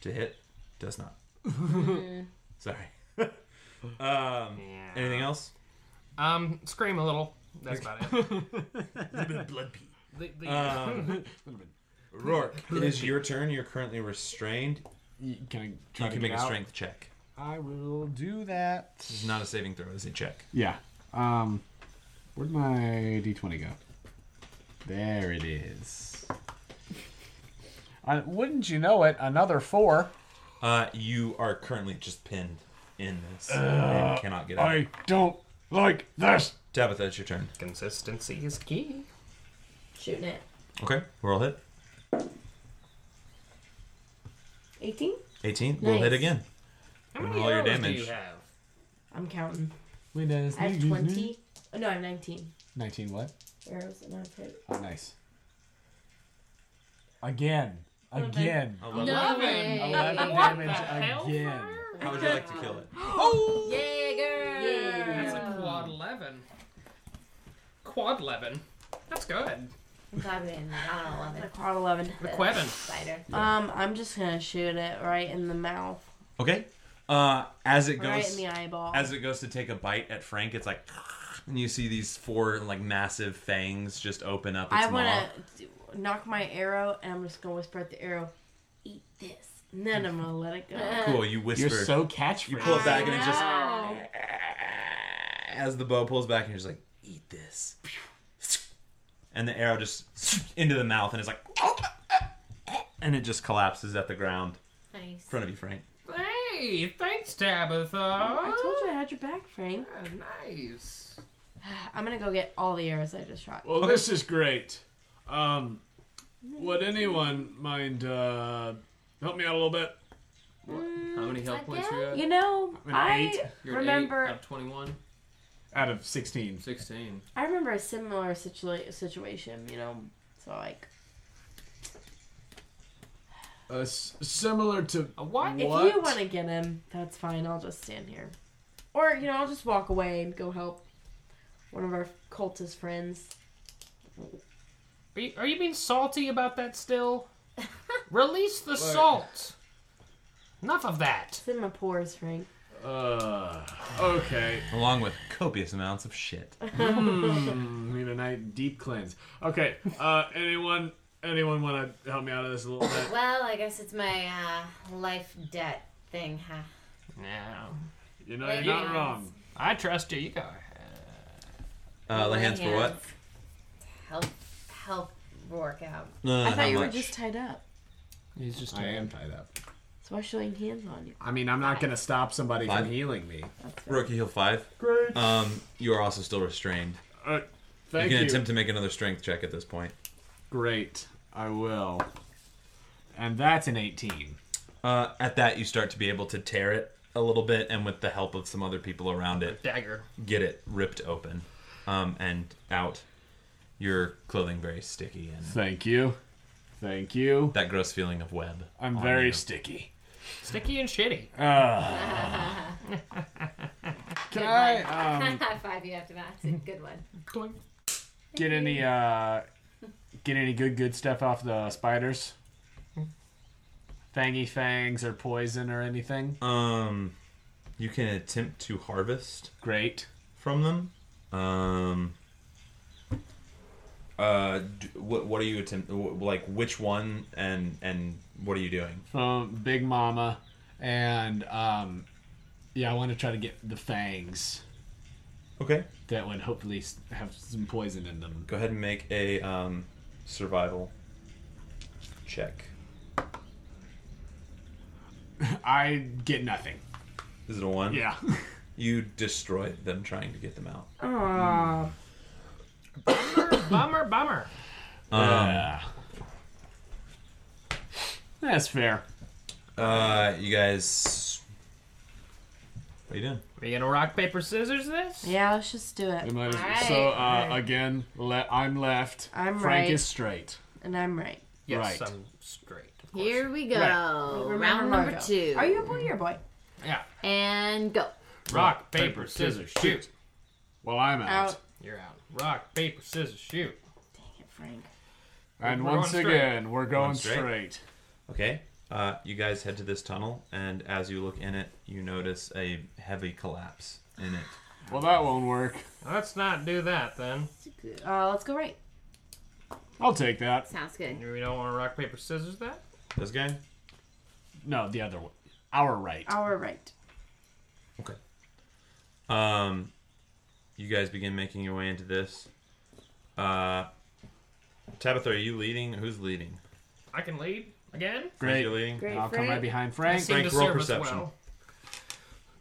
Speaker 1: To hit, does not.
Speaker 4: Mm-hmm.
Speaker 1: (laughs) Sorry. um,
Speaker 4: Yeah.
Speaker 1: anything else?
Speaker 4: Um, scream a little. That's about (laughs) it.
Speaker 1: A little bit of blood pee.
Speaker 4: The, the,
Speaker 1: Um, Rourke, it is your turn. You're currently restrained.
Speaker 9: Y- Can I try
Speaker 1: you can
Speaker 9: to get
Speaker 1: make a
Speaker 9: out?
Speaker 1: strength check.
Speaker 9: I will do that.
Speaker 1: This is not a saving throw. It's a check.
Speaker 9: Yeah. Um, where'd my d20 go? There it is. I, wouldn't you know it? Another four.
Speaker 1: Uh, you are currently just pinned in this and cannot get out.
Speaker 9: don't like this.
Speaker 1: Tabitha, it's your turn.
Speaker 4: Consistency is key.
Speaker 6: shooting it.
Speaker 1: Okay, we're all hit.
Speaker 6: 18?
Speaker 1: 18. We'll hit
Speaker 6: Nice.
Speaker 1: again.
Speaker 4: How
Speaker 1: And
Speaker 4: many
Speaker 1: roll your
Speaker 4: arrows do
Speaker 1: damage.
Speaker 4: you have?
Speaker 6: I'm counting.
Speaker 9: I
Speaker 6: I have 20. Oh, no, I have 19
Speaker 9: 19 what?
Speaker 6: arrows in my pit.
Speaker 9: Oh, nice. Again. Again.
Speaker 1: Oh,
Speaker 4: Eleven.
Speaker 9: 11 damage again.
Speaker 1: How would you like to
Speaker 4: (gasps)
Speaker 1: kill it?
Speaker 6: Yay, girl!
Speaker 4: That's a quad eleven. Quad eleven. That's good.
Speaker 8: I'm glad we didn't I don't love
Speaker 6: I
Speaker 8: it.
Speaker 6: caught 11.
Speaker 4: The Quevin.
Speaker 8: Spider.
Speaker 6: Um, I'm just gonna shoot it right in the mouth,
Speaker 1: Okay. Uh, as it
Speaker 6: right in
Speaker 1: goes,
Speaker 6: the eyeball.
Speaker 1: as it goes to take a bite at Frank, it's like, and you see these four like massive fangs just open up its
Speaker 6: I
Speaker 1: mouth.
Speaker 6: want to knock my arrow, and I'm just gonna whisper at the arrow, "Eat this," and then I'm gonna let it go.
Speaker 8: Uh,
Speaker 1: Cool. You whisper.
Speaker 9: You're so catchphrase.
Speaker 1: you pull it back and it just as the bow pulls back and you're just like, eat this. And the arrow just into the mouth and it's like, and it just collapses at the ground
Speaker 8: Nice.
Speaker 1: in front of you, Frank.
Speaker 4: Hey, thanks, Tabitha.
Speaker 6: I told you I had your back, Frank.
Speaker 4: Nice.
Speaker 6: I'm gonna go get all the arrows I just shot.
Speaker 9: Well, this is great. Um, would anyone mind uh, help me out a little bit?
Speaker 12: How many health points you at?
Speaker 6: You know,
Speaker 9: I'm an eight.
Speaker 6: I
Speaker 12: You're at
Speaker 6: remember.
Speaker 12: eight, out of 21,
Speaker 9: Out of 16.
Speaker 12: 16.
Speaker 6: I remember a similar situa- situation. You know, so like,
Speaker 9: Uh, s- similar to
Speaker 4: A what?
Speaker 6: if you want to get him, that's fine. I'll just stand here, or you know, I'll just walk away and go help one of our cultist friends.
Speaker 4: Are you, are you being salty about that
Speaker 8: (laughs)
Speaker 4: still? Release the salt. Enough of that.
Speaker 6: It's in my pores, Frank.
Speaker 9: Uh, okay.
Speaker 1: Along with copious amounts of shit.
Speaker 6: Uh,
Speaker 9: Hmm, need a night deep cleanse. Okay. Uh, anyone, anyone want to help me out of this a little bit?
Speaker 8: Well, I guess it's my uh, life debt thing, huh?
Speaker 4: No.
Speaker 9: You know, you're not wrong.
Speaker 4: I trust you. You go.
Speaker 1: Uh, lay hands for what?
Speaker 6: Help, help Rourke out.
Speaker 1: No,
Speaker 6: I
Speaker 1: how
Speaker 6: thought you were
Speaker 1: Uh, much?
Speaker 6: just tied up.
Speaker 4: He's just.
Speaker 9: I am tied up.
Speaker 6: So why showing hands on you?
Speaker 9: I mean, I'm not gonna stop somebody
Speaker 1: Five.
Speaker 9: from healing me.
Speaker 1: Rookie heal five.
Speaker 9: Great.
Speaker 1: Um, you are also still restrained.
Speaker 9: Uh, thank
Speaker 1: you can
Speaker 9: you.
Speaker 1: attempt to make another strength check at this point.
Speaker 9: Great. I will. And that's an 18.
Speaker 1: Uh, at that, you start to be able to tear it a little bit, and with the help of some other people around it,
Speaker 4: Dagger.
Speaker 1: get it ripped open um, and out. Your clothing very sticky and
Speaker 9: Thank you. Thank you.
Speaker 1: that gross feeling of web.
Speaker 9: I'm
Speaker 1: on
Speaker 9: very
Speaker 1: you.
Speaker 9: sticky.
Speaker 4: Sticky and shitty.
Speaker 9: Can I um,
Speaker 8: High five you after that. It's a good one.
Speaker 9: get any uh, get any good good stuff off the spiders? Fangy fangs or poison or anything?
Speaker 1: Um, you can attempt to harvest
Speaker 9: Great.
Speaker 1: from them. Um, uh, d- what what are you attempt wh- like? Which one and and what are you doing?
Speaker 9: From Big Mama, and um, yeah, I want to try to get the fangs
Speaker 1: Okay,
Speaker 9: that would hopefully s- have some poison in them.
Speaker 1: go ahead and make a um, survival check.
Speaker 9: I get nothing.
Speaker 1: Is it a one?
Speaker 9: Yeah.
Speaker 1: You destroy them trying to get them out.
Speaker 4: bummer, bummer.
Speaker 1: Um,
Speaker 9: Yeah. That's fair.
Speaker 1: Uh, you guys, what are you doing?
Speaker 4: Are you gonna rock paper scissors this?
Speaker 6: Yeah, let's just do
Speaker 9: They
Speaker 6: it.
Speaker 9: might as-
Speaker 8: All right.
Speaker 9: So uh, again, le- I'm left.
Speaker 6: I'm
Speaker 9: Frank
Speaker 6: right.
Speaker 9: is straight.
Speaker 6: And I'm right.
Speaker 4: Yes,
Speaker 9: Right.
Speaker 4: I'm straight. Of course.
Speaker 8: Here we go.
Speaker 6: Remember
Speaker 8: Round number
Speaker 6: Margo.
Speaker 8: two.
Speaker 6: Are you a boy or a boy?
Speaker 4: Yeah.
Speaker 8: And go.
Speaker 4: Rock paper scissors shoot.
Speaker 9: Well, I'm out.
Speaker 6: Out.
Speaker 4: You're out. Rock paper scissors shoot.
Speaker 6: Frank.
Speaker 9: And
Speaker 4: We're
Speaker 9: once
Speaker 4: going straight.
Speaker 9: again, we're going
Speaker 1: straight.
Speaker 9: straight.
Speaker 1: Okay. Uh, you guys head to this tunnel, and as you look in it, you notice a heavy collapse in it.
Speaker 9: Well, that won't work.
Speaker 4: Let's not do that then.
Speaker 6: Uh, let's go right.
Speaker 9: I'll take that.
Speaker 8: Sounds good.
Speaker 4: We don't want to rock paper scissors that.
Speaker 1: This guy?
Speaker 9: No, the other one. Our right.
Speaker 6: Our right.
Speaker 1: Okay. Um, you guys begin making your way into this. Uh, Tabitha, are you leading? Who's leading?
Speaker 4: I can lead again.
Speaker 1: Frank,
Speaker 9: Great.
Speaker 1: You're leading.
Speaker 6: Great,
Speaker 9: I'll come
Speaker 6: Frank.
Speaker 9: right behind
Speaker 4: I
Speaker 9: Frank.
Speaker 4: seem
Speaker 1: Frank,
Speaker 4: to
Speaker 1: roll
Speaker 4: serve us
Speaker 1: perception.
Speaker 4: well.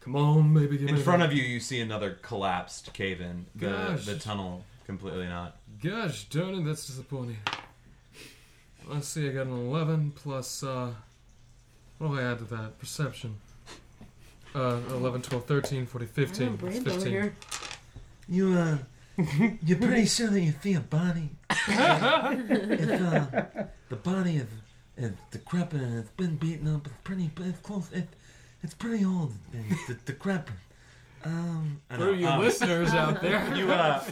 Speaker 4: Come on, baby. Give
Speaker 1: In front of you, you see another collapsed cave-in. The
Speaker 12: Gosh.
Speaker 1: the tunnel completely not.
Speaker 12: Gosh darn it, that's disappointing. Let's see, I got an 11 plus, uh, what do I add to that? Perception. Uh, 11, 12, 13, 14, 15. It's 15.
Speaker 1: You uh, you're pretty sure that you feel Bonnie.
Speaker 13: if, uh, the body of is decrepit and it's been beaten up. It's pretty, it's close. It, it's pretty old (laughs) and de- decrepit. Um,
Speaker 12: For you
Speaker 1: Um,
Speaker 12: listeners out there,
Speaker 1: You uh,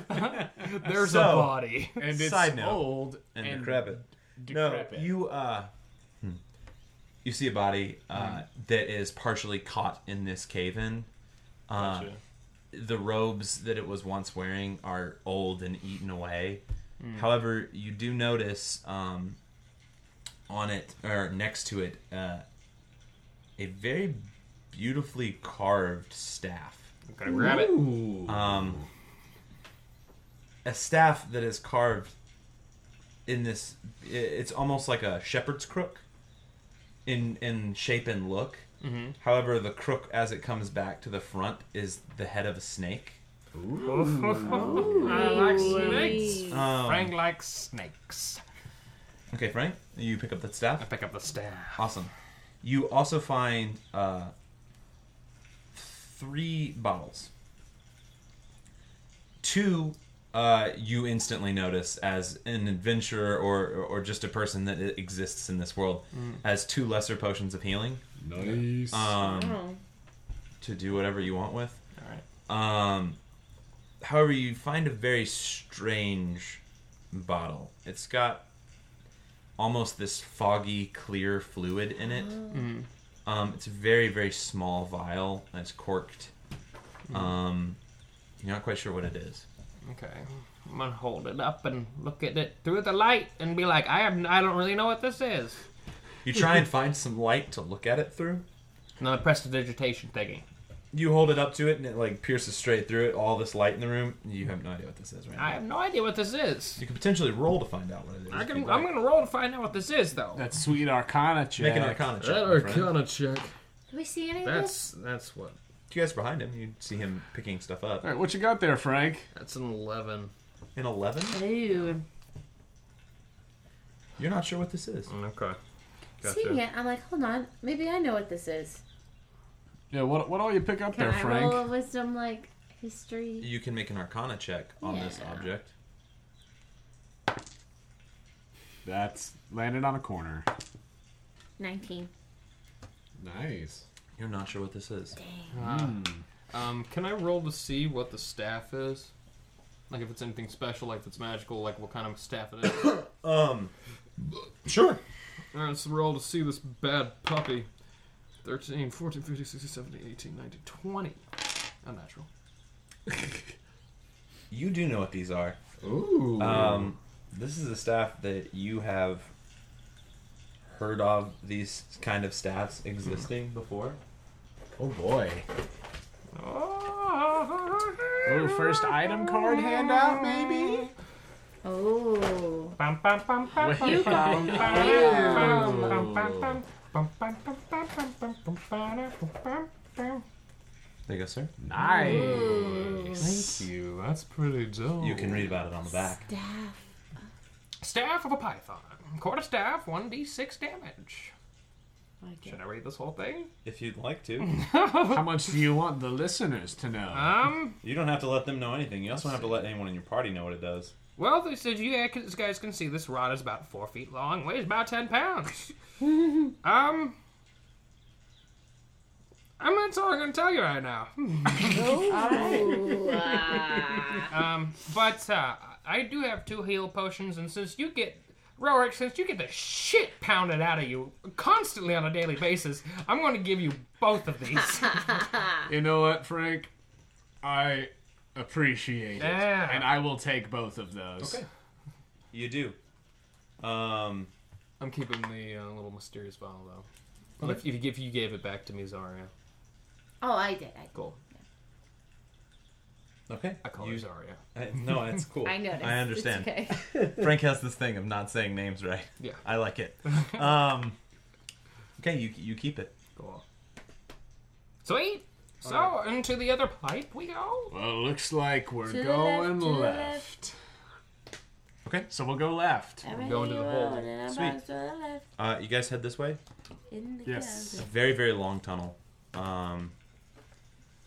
Speaker 4: There's
Speaker 1: So-
Speaker 4: a body.
Speaker 9: And (laughs) it's
Speaker 1: Side note.
Speaker 9: old
Speaker 1: and,
Speaker 9: and,
Speaker 1: decrepit.
Speaker 9: decrepit.
Speaker 1: No, you uh, hmm. you see a body uh, that is partially caught in this cave-in. Uh, The robes that it was once wearing are old and eaten away.
Speaker 9: Hmm.
Speaker 1: However, you do notice um, on it or next to it uh, a very beautifully carved staff.
Speaker 4: Gotta grab it.
Speaker 1: Um, a staff that is carved in this. i- It's almost like a shepherd's crook in in shape and look. However, the crook as it comes back to the front is the head of a snake.
Speaker 4: (laughs) I like snakes.
Speaker 1: Um,
Speaker 4: Frank likes snakes.
Speaker 1: Okay, Frank, you pick up that
Speaker 4: I
Speaker 1: staff.
Speaker 4: pick up the staff.
Speaker 1: Awesome. You also find uh, three bottles. Two, uh, you instantly notice as an adventurer or or just a person that exists in this world as two lesser potions of healing
Speaker 5: Nice.
Speaker 1: um, to do whatever you want with. Um, however, you find a very strange bottle. It's got almost this foggy, clear fluid in it. Um, it's a very, very small vial and it's corked. Um, you're not quite sure what it is.
Speaker 4: Okay. I'm gonna hold it up and look at it through the light and be like, I am. I don't really know what this is.
Speaker 1: You try and find some light to look at it through.
Speaker 4: And then I press the digitation thingy.
Speaker 1: You hold it up to it, and it like pierces straight through it. All this light in the room. You have no idea what this is right now.
Speaker 4: I have no idea what this is.
Speaker 1: You could potentially roll to find out what it is.
Speaker 4: I
Speaker 1: if
Speaker 4: can,
Speaker 1: you'd
Speaker 4: I'm
Speaker 1: like.
Speaker 4: gonna roll to find out what this is, though.
Speaker 1: That sweet Arcana Make an Arcana check.
Speaker 12: That
Speaker 1: my friend.
Speaker 12: Arcana check.
Speaker 8: Do we see any
Speaker 4: That's that's what.
Speaker 1: You guys are behind him. You see him picking stuff up.
Speaker 9: All right, what you got there, Frank?
Speaker 4: That's an eleven.
Speaker 1: An eleven?
Speaker 6: Ew.
Speaker 1: You're not sure what this is.
Speaker 4: Okay.
Speaker 8: Seeing it, I'm like, hold on, maybe I know what this is.
Speaker 9: Yeah, what what all you pick up
Speaker 8: Can
Speaker 1: there,
Speaker 8: I
Speaker 1: Frank?
Speaker 8: roll a wisdom like history?
Speaker 1: You can make an Arcana check on this
Speaker 8: Yeah.
Speaker 1: object.
Speaker 9: That's landed on a corner.
Speaker 8: Nineteen.
Speaker 9: Nice.
Speaker 1: You're not sure what this is.
Speaker 4: Um, can I roll to see what the staff is? Like if it's anything special, like if it's magical, like what kind of staff it is.
Speaker 1: um, sure.
Speaker 12: All right, let's roll to see this bad puppy. 13, 14, 15, 16, 17, 18, 19, 20.
Speaker 4: Unnatural.
Speaker 1: You do know what these are.
Speaker 12: Ooh.
Speaker 1: Um, this is a staff that you have heard of these kind of staffs existing before. Oh boy.
Speaker 9: Ooh, first item card handout, maybe?
Speaker 8: Oh.
Speaker 10: Bum, bum, bum, bum,
Speaker 9: Wait.
Speaker 10: bum, bum,
Speaker 9: Ooh.
Speaker 10: bum, bum, bum, bum, bum, bum, bum, bum, bum, bum, bum, bum, bum, bum, bum.
Speaker 1: There you go, sir.
Speaker 10: Nice.
Speaker 1: Thank you. That's pretty dope. You can read about it on the back.
Speaker 4: Staff. Staff of a python. Quarter staff, one d six damage. Should I read this whole thing?
Speaker 1: If you'd like to.
Speaker 9: How much do you want the listeners to know?
Speaker 4: Um.
Speaker 1: You don't have to let them know anything. You also don't have to let anyone in your party know what it does.
Speaker 4: Well, they said you guys can- guys can see this rod is about four feet long, weighs about ten pounds. um, I'm that's all I'm gonna tell you right now. (laughs) um, but uh, I do have two heal potions, and since you get Rorik, since you get the shit pounded out of you constantly on a daily basis, I'm going to give you both of these.
Speaker 9: You know what, Frank? I appreciate
Speaker 4: Yeah.
Speaker 9: it. And I will take both of those.
Speaker 4: Okay.
Speaker 1: You do. Um,
Speaker 4: I'm keeping the uh, little mysterious vial though.
Speaker 1: Okay.
Speaker 4: If, if, you- if you gave it back to me, Zarya.
Speaker 8: Oh, I did. I did.
Speaker 4: Cool.
Speaker 1: Okay.
Speaker 4: I call you Zarya.
Speaker 1: I- no, it's cool.
Speaker 8: (laughs) I noticed.
Speaker 1: I understand.
Speaker 8: It's
Speaker 1: (laughs) Frank has this thing of not saying names right.
Speaker 4: Yeah.
Speaker 1: I like
Speaker 9: (laughs)
Speaker 1: it. Um, okay, you you keep it.
Speaker 4: Cool. Sweet. So into the other pipe we go.
Speaker 9: Well, looks like we're
Speaker 4: To the
Speaker 9: going
Speaker 4: left, to the
Speaker 9: left.
Speaker 1: Okay,
Speaker 9: so we'll go left.
Speaker 1: We're going to the hole. Sweet. Uh, you guys head this way.
Speaker 9: Yes.
Speaker 1: It's a very very long tunnel. Um,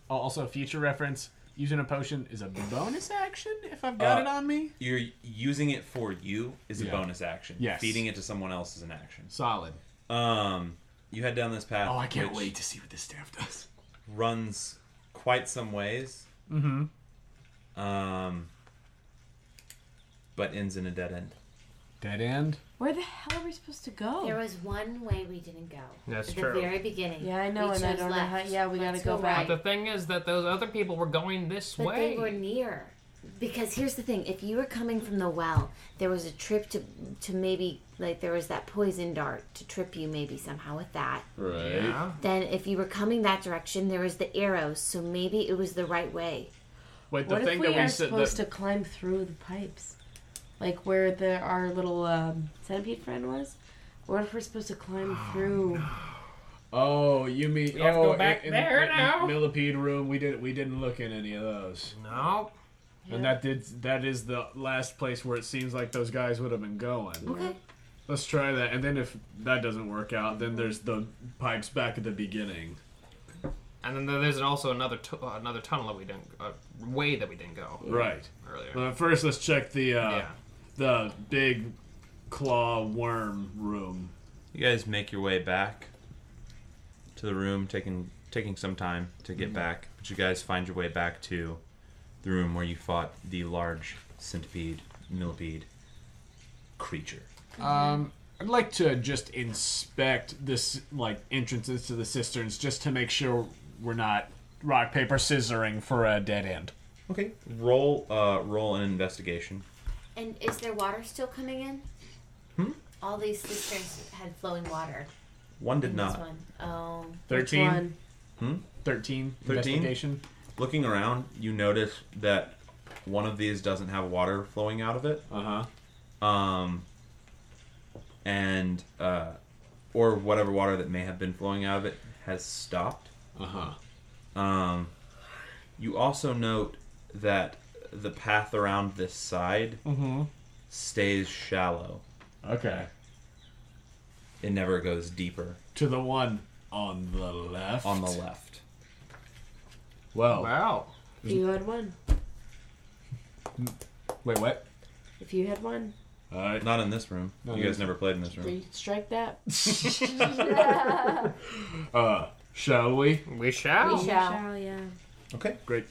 Speaker 9: Al- Also, future reference using a potion is a bonus action if I've got
Speaker 1: Uh,
Speaker 9: it on me.
Speaker 1: You're using it for you is a
Speaker 9: Yeah.
Speaker 1: bonus action.
Speaker 9: Yes.
Speaker 1: Feeding it to someone else is an action.
Speaker 9: Solid.
Speaker 1: Um, you head down this path.
Speaker 9: Oh, I can't
Speaker 1: which
Speaker 9: wait to see what this staff does.
Speaker 1: Runs quite some ways.
Speaker 9: Mm-hmm.
Speaker 1: Um, but ends in a dead end.
Speaker 9: Dead end.
Speaker 6: Where the hell are we supposed to go?
Speaker 8: There was one way we didn't go.
Speaker 4: That's
Speaker 8: At
Speaker 4: true.
Speaker 8: the very beginning.
Speaker 6: Yeah, I know,
Speaker 8: we
Speaker 6: and I
Speaker 8: chose
Speaker 6: don't know how- yeah, we
Speaker 8: Let's
Speaker 6: gotta go back.
Speaker 8: right.
Speaker 4: But the thing is that those other people were going this
Speaker 8: But
Speaker 4: way.
Speaker 8: they were near. Because here's the thing: if you were coming from the well, there was a trip to to maybe like there was that poison dart to trip you maybe somehow with that.
Speaker 9: Right.
Speaker 4: Yeah.
Speaker 8: Then if you were coming that direction, there was the arrows, so maybe it was the right way.
Speaker 9: Wait,
Speaker 6: what if we are supposed to climb through the pipes, like where the our little um, centipede friend was? What if we're supposed to climb through?
Speaker 9: Oh, you mean
Speaker 6: We have to
Speaker 9: oh
Speaker 6: go back
Speaker 9: in- in-
Speaker 6: there
Speaker 9: in
Speaker 6: now.
Speaker 9: millipede room? We didn't we didn't look in any of those.
Speaker 4: No.
Speaker 9: And that did that is the last place where it seems like those guys would have been going.
Speaker 8: Okay.
Speaker 9: Let's try that, and then if that doesn't work out, then there's the pipes back at the beginning.
Speaker 4: And then there's also another tu- uh, another tunnel that we didn't uh, way that we didn't go.
Speaker 9: Right.
Speaker 4: Earlier.
Speaker 9: Well, first, let's check the uh, the big claw worm room.
Speaker 1: You guys make your way back to the room, taking taking some time to get
Speaker 9: Mhm.
Speaker 1: back, but you guys find your way back to the room where you fought the large centipede millipede creature.
Speaker 9: Um, I'd like to just inspect this like entrances to the cisterns just to make sure we're not rock paper scissoring for a dead end.
Speaker 1: Okay. Roll uh, roll an investigation.
Speaker 8: And is there water still coming in?
Speaker 1: Hmm?
Speaker 8: All these cisterns had flowing water.
Speaker 1: One did
Speaker 8: And this
Speaker 1: not.
Speaker 8: One. Oh.
Speaker 1: Thirteen. Hmm.
Speaker 9: 13.
Speaker 1: 13
Speaker 9: Investigation.
Speaker 1: looking around you notice that one of these doesn't have water flowing out of it uh-huh um and uh or whatever water that may have been flowing out of it has stopped uh-huh um you also note that the path around this side
Speaker 9: Mhm.
Speaker 1: stays shallow
Speaker 9: Okay.
Speaker 1: it never goes deeper
Speaker 9: To the one on the left.
Speaker 1: on the left
Speaker 9: Well.
Speaker 4: Wow.
Speaker 6: If you had one.
Speaker 9: Wait, what?
Speaker 6: If you had one.
Speaker 1: uh, not in this room
Speaker 9: No,
Speaker 1: you guys
Speaker 9: there's-
Speaker 1: never played in this room
Speaker 6: Three, strike that.
Speaker 9: Uh, shall we?
Speaker 4: We shall.
Speaker 6: We
Speaker 8: Oh,
Speaker 6: shall, yeah.
Speaker 1: Okay.
Speaker 9: Great.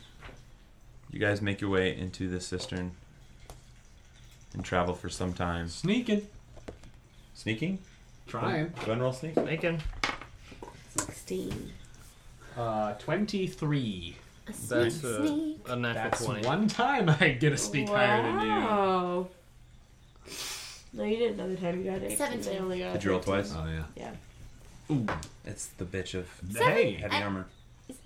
Speaker 1: You guys make your way into the cistern and travel for some time.
Speaker 9: Sneaking.
Speaker 1: Sneaking?
Speaker 9: Trying.
Speaker 1: Go ahead and roll sneak.
Speaker 4: Sneaking.
Speaker 6: 16.
Speaker 9: Uh, 23.
Speaker 4: That's a, a natural
Speaker 9: That's
Speaker 4: 20.
Speaker 9: one time I get a sneak higher than you.
Speaker 6: Wow. No, you didn't know the time you got it.
Speaker 8: 17.
Speaker 6: I only got
Speaker 1: Did you roll twice?
Speaker 9: Oh, yeah.
Speaker 6: Yeah.
Speaker 1: Ooh. Uh, It's the bitch of
Speaker 9: Hey.
Speaker 1: heavy armor.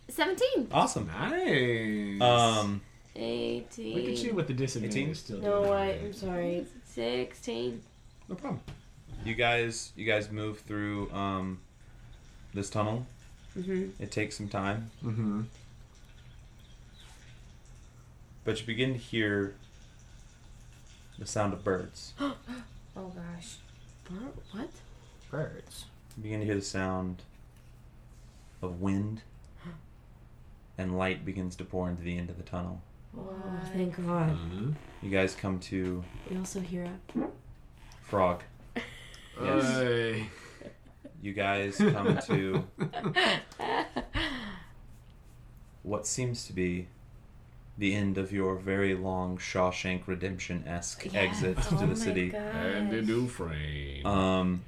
Speaker 8: 17.
Speaker 1: Awesome.
Speaker 9: Nice.
Speaker 1: Um,
Speaker 6: 18.
Speaker 9: Look at you with the disadvantage.
Speaker 1: 18?
Speaker 9: Still
Speaker 6: No,
Speaker 9: doing
Speaker 6: I,
Speaker 9: it.
Speaker 6: I'm sorry. 16.
Speaker 9: No problem.
Speaker 1: you guys you guys move through um, this tunnel.
Speaker 6: Mhm.
Speaker 1: It takes some time.
Speaker 9: Mm-hmm.
Speaker 1: But you begin to hear the sound of
Speaker 6: (gasps)
Speaker 1: birds.
Speaker 8: Oh gosh.
Speaker 6: Bur- What?
Speaker 4: Birds.
Speaker 1: You begin to hear the sound of
Speaker 6: (gasps)
Speaker 1: wind and light begins to pour into the end of the tunnel.
Speaker 6: Oh, thank God.
Speaker 1: You guys come to
Speaker 6: We also hear it. (laughs)
Speaker 1: Frog. Yes. You guys come
Speaker 8: (laughs)
Speaker 1: to what seems to be the end of your very long Shawshank Redemption esque exit
Speaker 8: Oh
Speaker 1: to the city.
Speaker 9: Andy Dufresne.
Speaker 1: Um,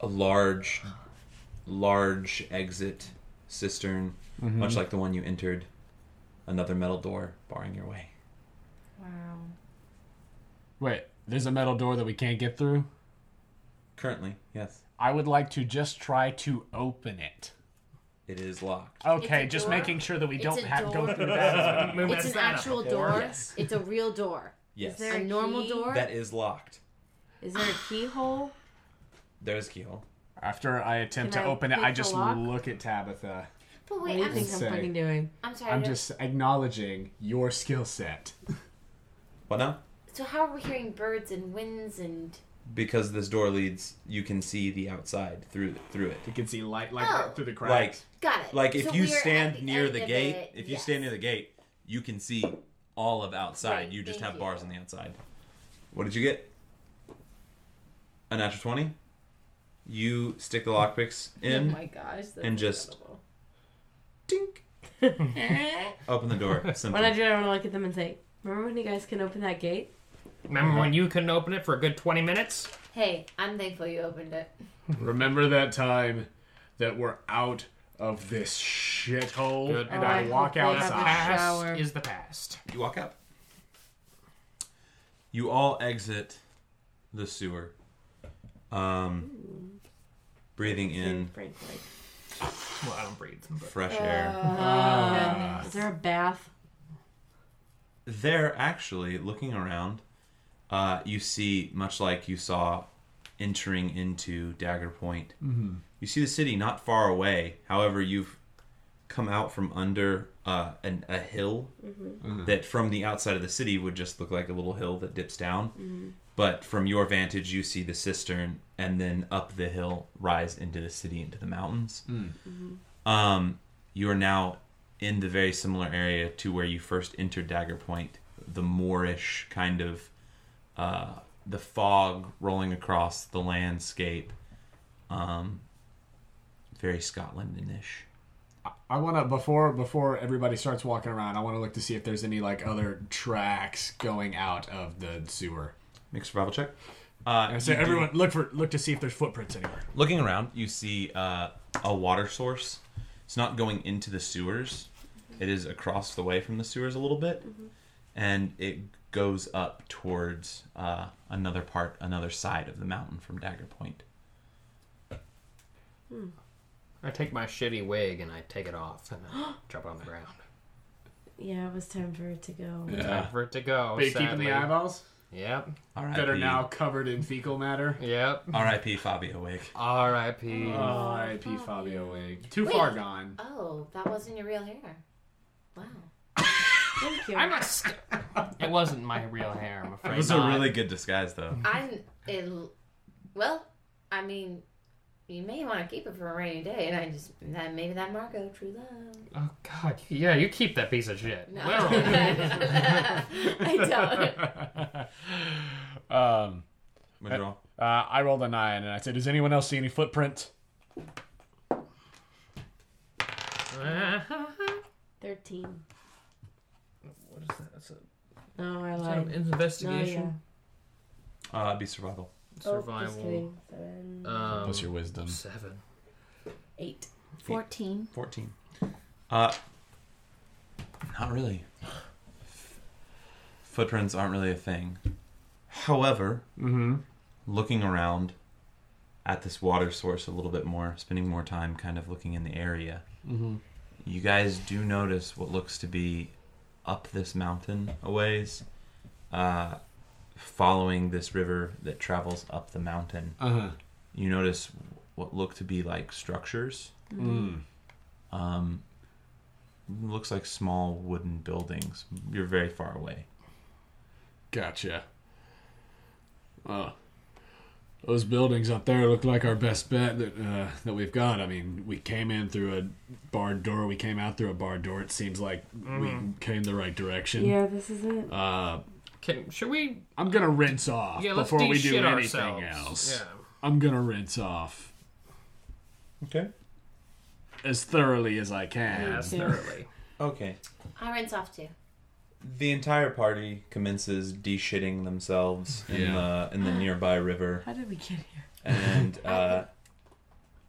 Speaker 1: a large, large exit cistern, much like the one you entered. Another metal door barring your way.
Speaker 8: Wow.
Speaker 9: Wait, there's a metal door that we can't get through?
Speaker 1: Currently, yes,
Speaker 9: I would like to just try to open it.
Speaker 1: it is locked.
Speaker 9: Okay,
Speaker 8: It's a
Speaker 9: just
Speaker 8: door.
Speaker 9: making sure that we
Speaker 8: It's
Speaker 9: don't
Speaker 8: a
Speaker 9: have go
Speaker 8: door.
Speaker 9: through that.
Speaker 4: (laughs)
Speaker 8: It's an actual door.
Speaker 9: Yes.
Speaker 8: (laughs) It's a real door.
Speaker 1: Yes,
Speaker 8: Is there a normal
Speaker 6: key?
Speaker 8: door?
Speaker 1: that is locked.
Speaker 6: Is there
Speaker 4: (sighs)
Speaker 6: a keyhole?
Speaker 1: There is a keyhole.
Speaker 9: After I attempt
Speaker 6: Can
Speaker 9: to
Speaker 6: I
Speaker 9: open it,
Speaker 6: pick
Speaker 9: I
Speaker 6: the
Speaker 9: just
Speaker 6: lock?
Speaker 9: look at Tabitha.
Speaker 8: but
Speaker 6: What
Speaker 8: wait,
Speaker 6: do you
Speaker 8: I'm,
Speaker 6: think I'm
Speaker 9: Say.
Speaker 6: fucking doing?
Speaker 8: I'm sorry. I
Speaker 9: I'm
Speaker 8: don't-
Speaker 9: just acknowledging your skill set.
Speaker 1: What now?
Speaker 8: So how are we hearing birds and winds and?
Speaker 1: because this door leads you can see the outside through through it
Speaker 9: You can see light like
Speaker 8: Oh.
Speaker 9: through the
Speaker 1: like
Speaker 9: cracks.
Speaker 8: Got it.
Speaker 1: like if
Speaker 8: So
Speaker 1: you
Speaker 8: we are at
Speaker 1: stand near
Speaker 8: end
Speaker 1: the
Speaker 8: of
Speaker 1: gate
Speaker 8: it,
Speaker 1: if you
Speaker 8: yes.
Speaker 1: stand near the gate you can see all of outside
Speaker 8: Right,
Speaker 1: you just
Speaker 8: thank
Speaker 1: have
Speaker 8: you.
Speaker 1: bars on the outside what did you get a natural 20 you stick the lockpicks in
Speaker 8: Oh gosh. That's
Speaker 1: and just-
Speaker 8: incredible.
Speaker 1: tink open the
Speaker 8: (laughs)
Speaker 1: door simple
Speaker 6: When I do, I want to look at them and say, "Remember when you guys can open that gate?"
Speaker 4: Remember when you couldn't open it for a good 20 minutes?
Speaker 8: Hey, I'm thankful you opened it.
Speaker 9: Remember that time that we're out of this shithole
Speaker 4: Good.
Speaker 9: and
Speaker 4: Oh,
Speaker 9: I
Speaker 4: I
Speaker 9: walk
Speaker 6: hope they
Speaker 4: The
Speaker 6: have a
Speaker 9: outside.
Speaker 6: sh-
Speaker 4: past
Speaker 6: shower.
Speaker 4: is the past.
Speaker 1: you walk out you all exit the sewer um breathing in
Speaker 6: Frank, like,
Speaker 4: Well, I don't breathe. But
Speaker 1: fresh air
Speaker 6: is there a bath?
Speaker 1: there actually looking around uh, you see much like you saw entering into dagger point you see the city not far away however you've come out from under uh, an, a hill that from the outside of the city would just look like a little hill that dips down but from your vantage you see the cistern and then up the hill rise into the city into the mountains um, you are now in the very similar area to where you first entered Dagger Point, the moorish kind of uh, the fog rolling across the landscape, um, very Scotlandinish.
Speaker 9: I want to before before everybody starts walking around. I want to look to see if there's any like other tracks going out of the sewer.
Speaker 1: Make a survival check. Uh,
Speaker 9: And I say,
Speaker 1: you do-
Speaker 9: everyone, look for look to see if there's footprints anywhere.
Speaker 1: looking around, you see uh, a water source. It's not going into the sewers. It is across the way from the sewers a little bit, and it goes up towards uh, another part, another side of the mountain from Dagger Point.
Speaker 4: I take my shitty wig and I take it off and I drop it on the ground.
Speaker 6: Yeah, it was time for it to go.
Speaker 4: Time for it to go.
Speaker 9: Are you keeping
Speaker 4: sadly.
Speaker 9: the eyeballs?
Speaker 4: Yep.
Speaker 9: That are now covered in fecal matter.
Speaker 4: Yep.
Speaker 1: R.I.P. Fabio Wig.
Speaker 4: R.I.P.
Speaker 9: R.I.P. Fabio Wig. Too far gone. (laughs)
Speaker 8: Oh, that wasn't your real hair. Wow.
Speaker 6: Thank you.
Speaker 4: I'm not. St- (laughs) it wasn't my real hair. I'm afraid.
Speaker 1: It was a
Speaker 4: not.
Speaker 1: really good disguise, though.
Speaker 8: I'm. It, well, I mean, you may want to keep it for a rainy day, and I just that maybe that Marco true love. (laughs)
Speaker 4: Oh God. Yeah, you keep that piece of shit.
Speaker 8: No.
Speaker 9: (laughs)
Speaker 8: I
Speaker 9: don't. Um,
Speaker 1: What'd you roll?
Speaker 9: Uh, I rolled a nine, and I said, "Does anyone else see any footprint?"
Speaker 4: (laughs)
Speaker 6: Thirteen.
Speaker 4: What is that? That's a
Speaker 6: No, I
Speaker 4: Is
Speaker 6: lied.
Speaker 4: that an investigation?
Speaker 3: Oh,
Speaker 1: Uh, it'd be survival.
Speaker 6: Oh, just
Speaker 4: survival.
Speaker 6: kidding. Seven.
Speaker 4: Um,
Speaker 1: What's your wisdom?
Speaker 4: Seven.
Speaker 6: Eight.
Speaker 2: 14.
Speaker 1: 14. Uh, not really. Footprints aren't really a thing. However, looking around at this water source a little bit more, spending more time kind of looking in the area,
Speaker 9: Mhm.
Speaker 1: you guys do notice what looks to be up this mountain a ways, uh, following this river that travels up the mountain.
Speaker 9: Uh-huh.
Speaker 1: You notice what look to be like structures.
Speaker 9: Mhm.
Speaker 1: Um, looks like small wooden buildings. You're very far away.
Speaker 5: Gotcha. Oh. Those buildings up there look like our best bet that uh, that we've got. I mean, we came in through a barred door. We came out through a barred door. It seems like we
Speaker 4: Mhm.
Speaker 5: came the right direction.
Speaker 6: Yeah, this is it.
Speaker 5: Uh,
Speaker 4: Can, should we?
Speaker 5: I'm gonna rinse off
Speaker 4: Yeah, let's
Speaker 5: before we do
Speaker 4: de-shit
Speaker 5: anything
Speaker 4: ourselves.
Speaker 5: else.
Speaker 4: Yeah.
Speaker 5: I'm gonna rinse off.
Speaker 1: Okay.
Speaker 5: As thoroughly as I can.
Speaker 4: Yeah, as thoroughly.
Speaker 1: Okay.
Speaker 8: rinse off too.
Speaker 1: The entire party commences de-shitting themselves in the
Speaker 8: (gasps)
Speaker 1: in the nearby river,
Speaker 8: How did we get here? (laughs)
Speaker 1: and uh,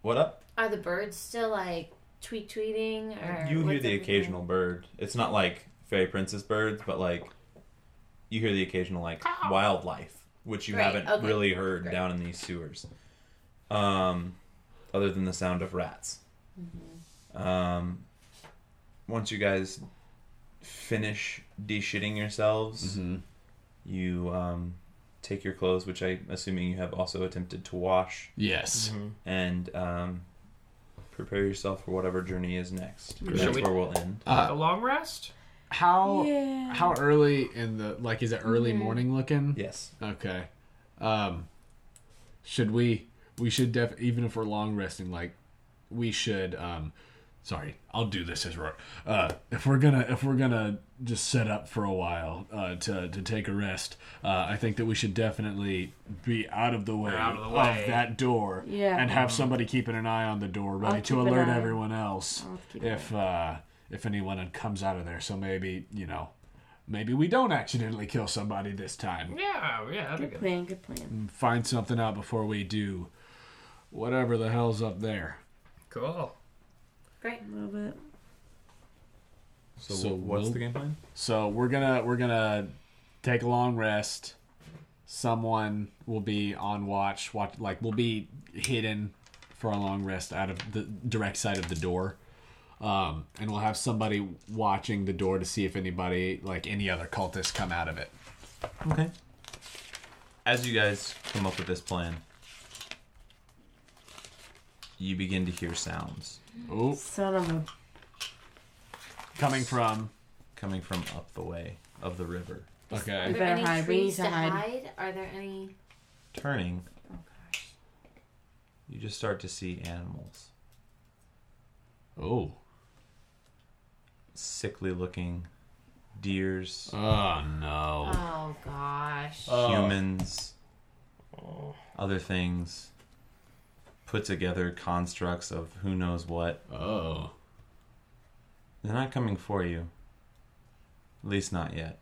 Speaker 1: what up?
Speaker 8: Are the birds still like tweet tweeting or?
Speaker 1: You hear
Speaker 8: what's
Speaker 1: the
Speaker 8: up with
Speaker 1: occasional bird. It's not like fairy princess birds, but like you hear the occasional like wildlife, which you
Speaker 8: Right,
Speaker 1: haven't
Speaker 8: okay,
Speaker 1: really heard
Speaker 8: great.
Speaker 1: down in these sewers. Um, other than the sound of rats.
Speaker 8: Mm-hmm.
Speaker 1: Um, once you guys finish de-shitting yourselves, you um, take your clothes, which I assuming you have also attempted to wash.
Speaker 5: Yes.
Speaker 4: Mm-hmm.
Speaker 5: Mhm.
Speaker 1: and um, prepare yourself for whatever journey is next.
Speaker 5: Mhm.
Speaker 1: That's
Speaker 5: Should we-
Speaker 1: where we'll end.
Speaker 5: Uh,
Speaker 4: a long rest.
Speaker 5: How
Speaker 4: Yeah.
Speaker 5: how early in the like is it early
Speaker 4: Yeah.
Speaker 5: morning looking?
Speaker 1: Yes.
Speaker 5: Okay. Um should we we should def even if we're long resting like we should um sorry, I'll do this as Rourke. Uh if we're going to if we're going to just set up for a while uh to to take a rest, uh I think that we should definitely be out of the way
Speaker 4: Out of the way.
Speaker 5: that door
Speaker 4: Yeah.
Speaker 5: and have somebody keeping an eye on the door ready
Speaker 4: I'll
Speaker 5: to
Speaker 4: keep an
Speaker 5: alert
Speaker 4: eye.
Speaker 5: everyone else
Speaker 4: I'll keep an
Speaker 5: if uh if anyone comes out of there. So maybe, you know, maybe we don't accidentally kill somebody this time.
Speaker 4: Yeah, yeah, that'd be good.
Speaker 6: plan,
Speaker 4: Mm.
Speaker 6: good plan.
Speaker 5: And Find something out before we do whatever the hell's up there.
Speaker 4: Cool.
Speaker 8: Great.
Speaker 6: A little bit.
Speaker 1: So, what's the game plan?
Speaker 5: So we're gonna we're gonna take a long rest. Someone will be on watch, watch like we'll be hidden for a long rest out of the direct side of the door. Um, and we'll have somebody watching the door to see if anybody, like any other cultists, come out of it.
Speaker 1: Okay. As you guys come up with this plan, you begin to hear sounds.
Speaker 5: Oh.
Speaker 6: Son of a.
Speaker 5: Coming from?
Speaker 1: Coming from up the way of the river.
Speaker 8: Are there any trees to hide. Are there any?
Speaker 1: Turning, you just start to see animals.
Speaker 5: Oh.
Speaker 1: Sickly looking deers.
Speaker 5: Oh, no.
Speaker 8: Oh gosh.
Speaker 1: humans, other things, put together constructs of who knows what.
Speaker 5: Oh.
Speaker 1: They're not coming for you. At least not yet.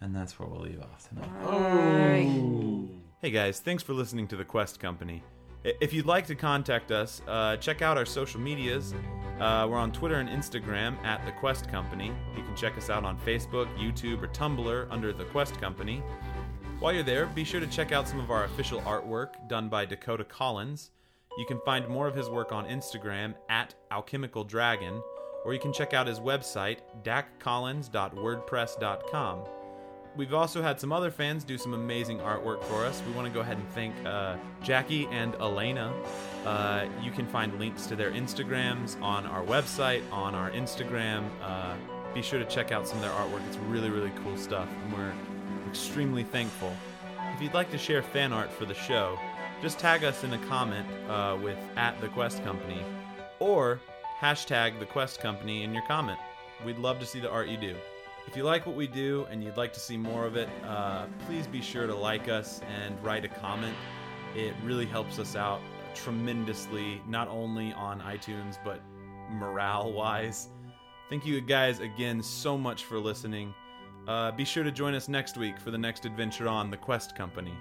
Speaker 1: And that's where we'll leave off tonight.
Speaker 10: Oh.
Speaker 1: Hey guys, thanks for listening to The Quest Company. I- If you'd like to contact us, uh, check out our social medias. Uh, we're on Twitter and Instagram at The Quest Company. You can check us out on Facebook, YouTube, or Tumblr under The Quest Company. While you're there, be sure to check out some of our official artwork done by Dakota Collins. You can find more of his work on Instagram at Alchemical Dragon, or you can check out his website, dakcollins.wordpress.com. We've also had some other fans do some amazing artwork for us. We want to go ahead and thank uh, Jackie and Elena. Uh, you can find links to their Instagrams on our website, on our Instagram. Uh, be sure to check out some of their artwork. It's really, really cool stuff, and we're extremely thankful. If you'd like to share fan art for the show, just tag us in a comment uh, with at the Quest Company or hashtag the Quest Company in your comment. We'd love to see the art you do. If you like what we do and you'd like to see more of it, uh, please be sure to like us and write a comment. It really helps us out tremendously, not only on iTunes, but morale wise. Thank you guys again so much for listening. Uh, be sure to join us next week for the next adventure on The Quest Company.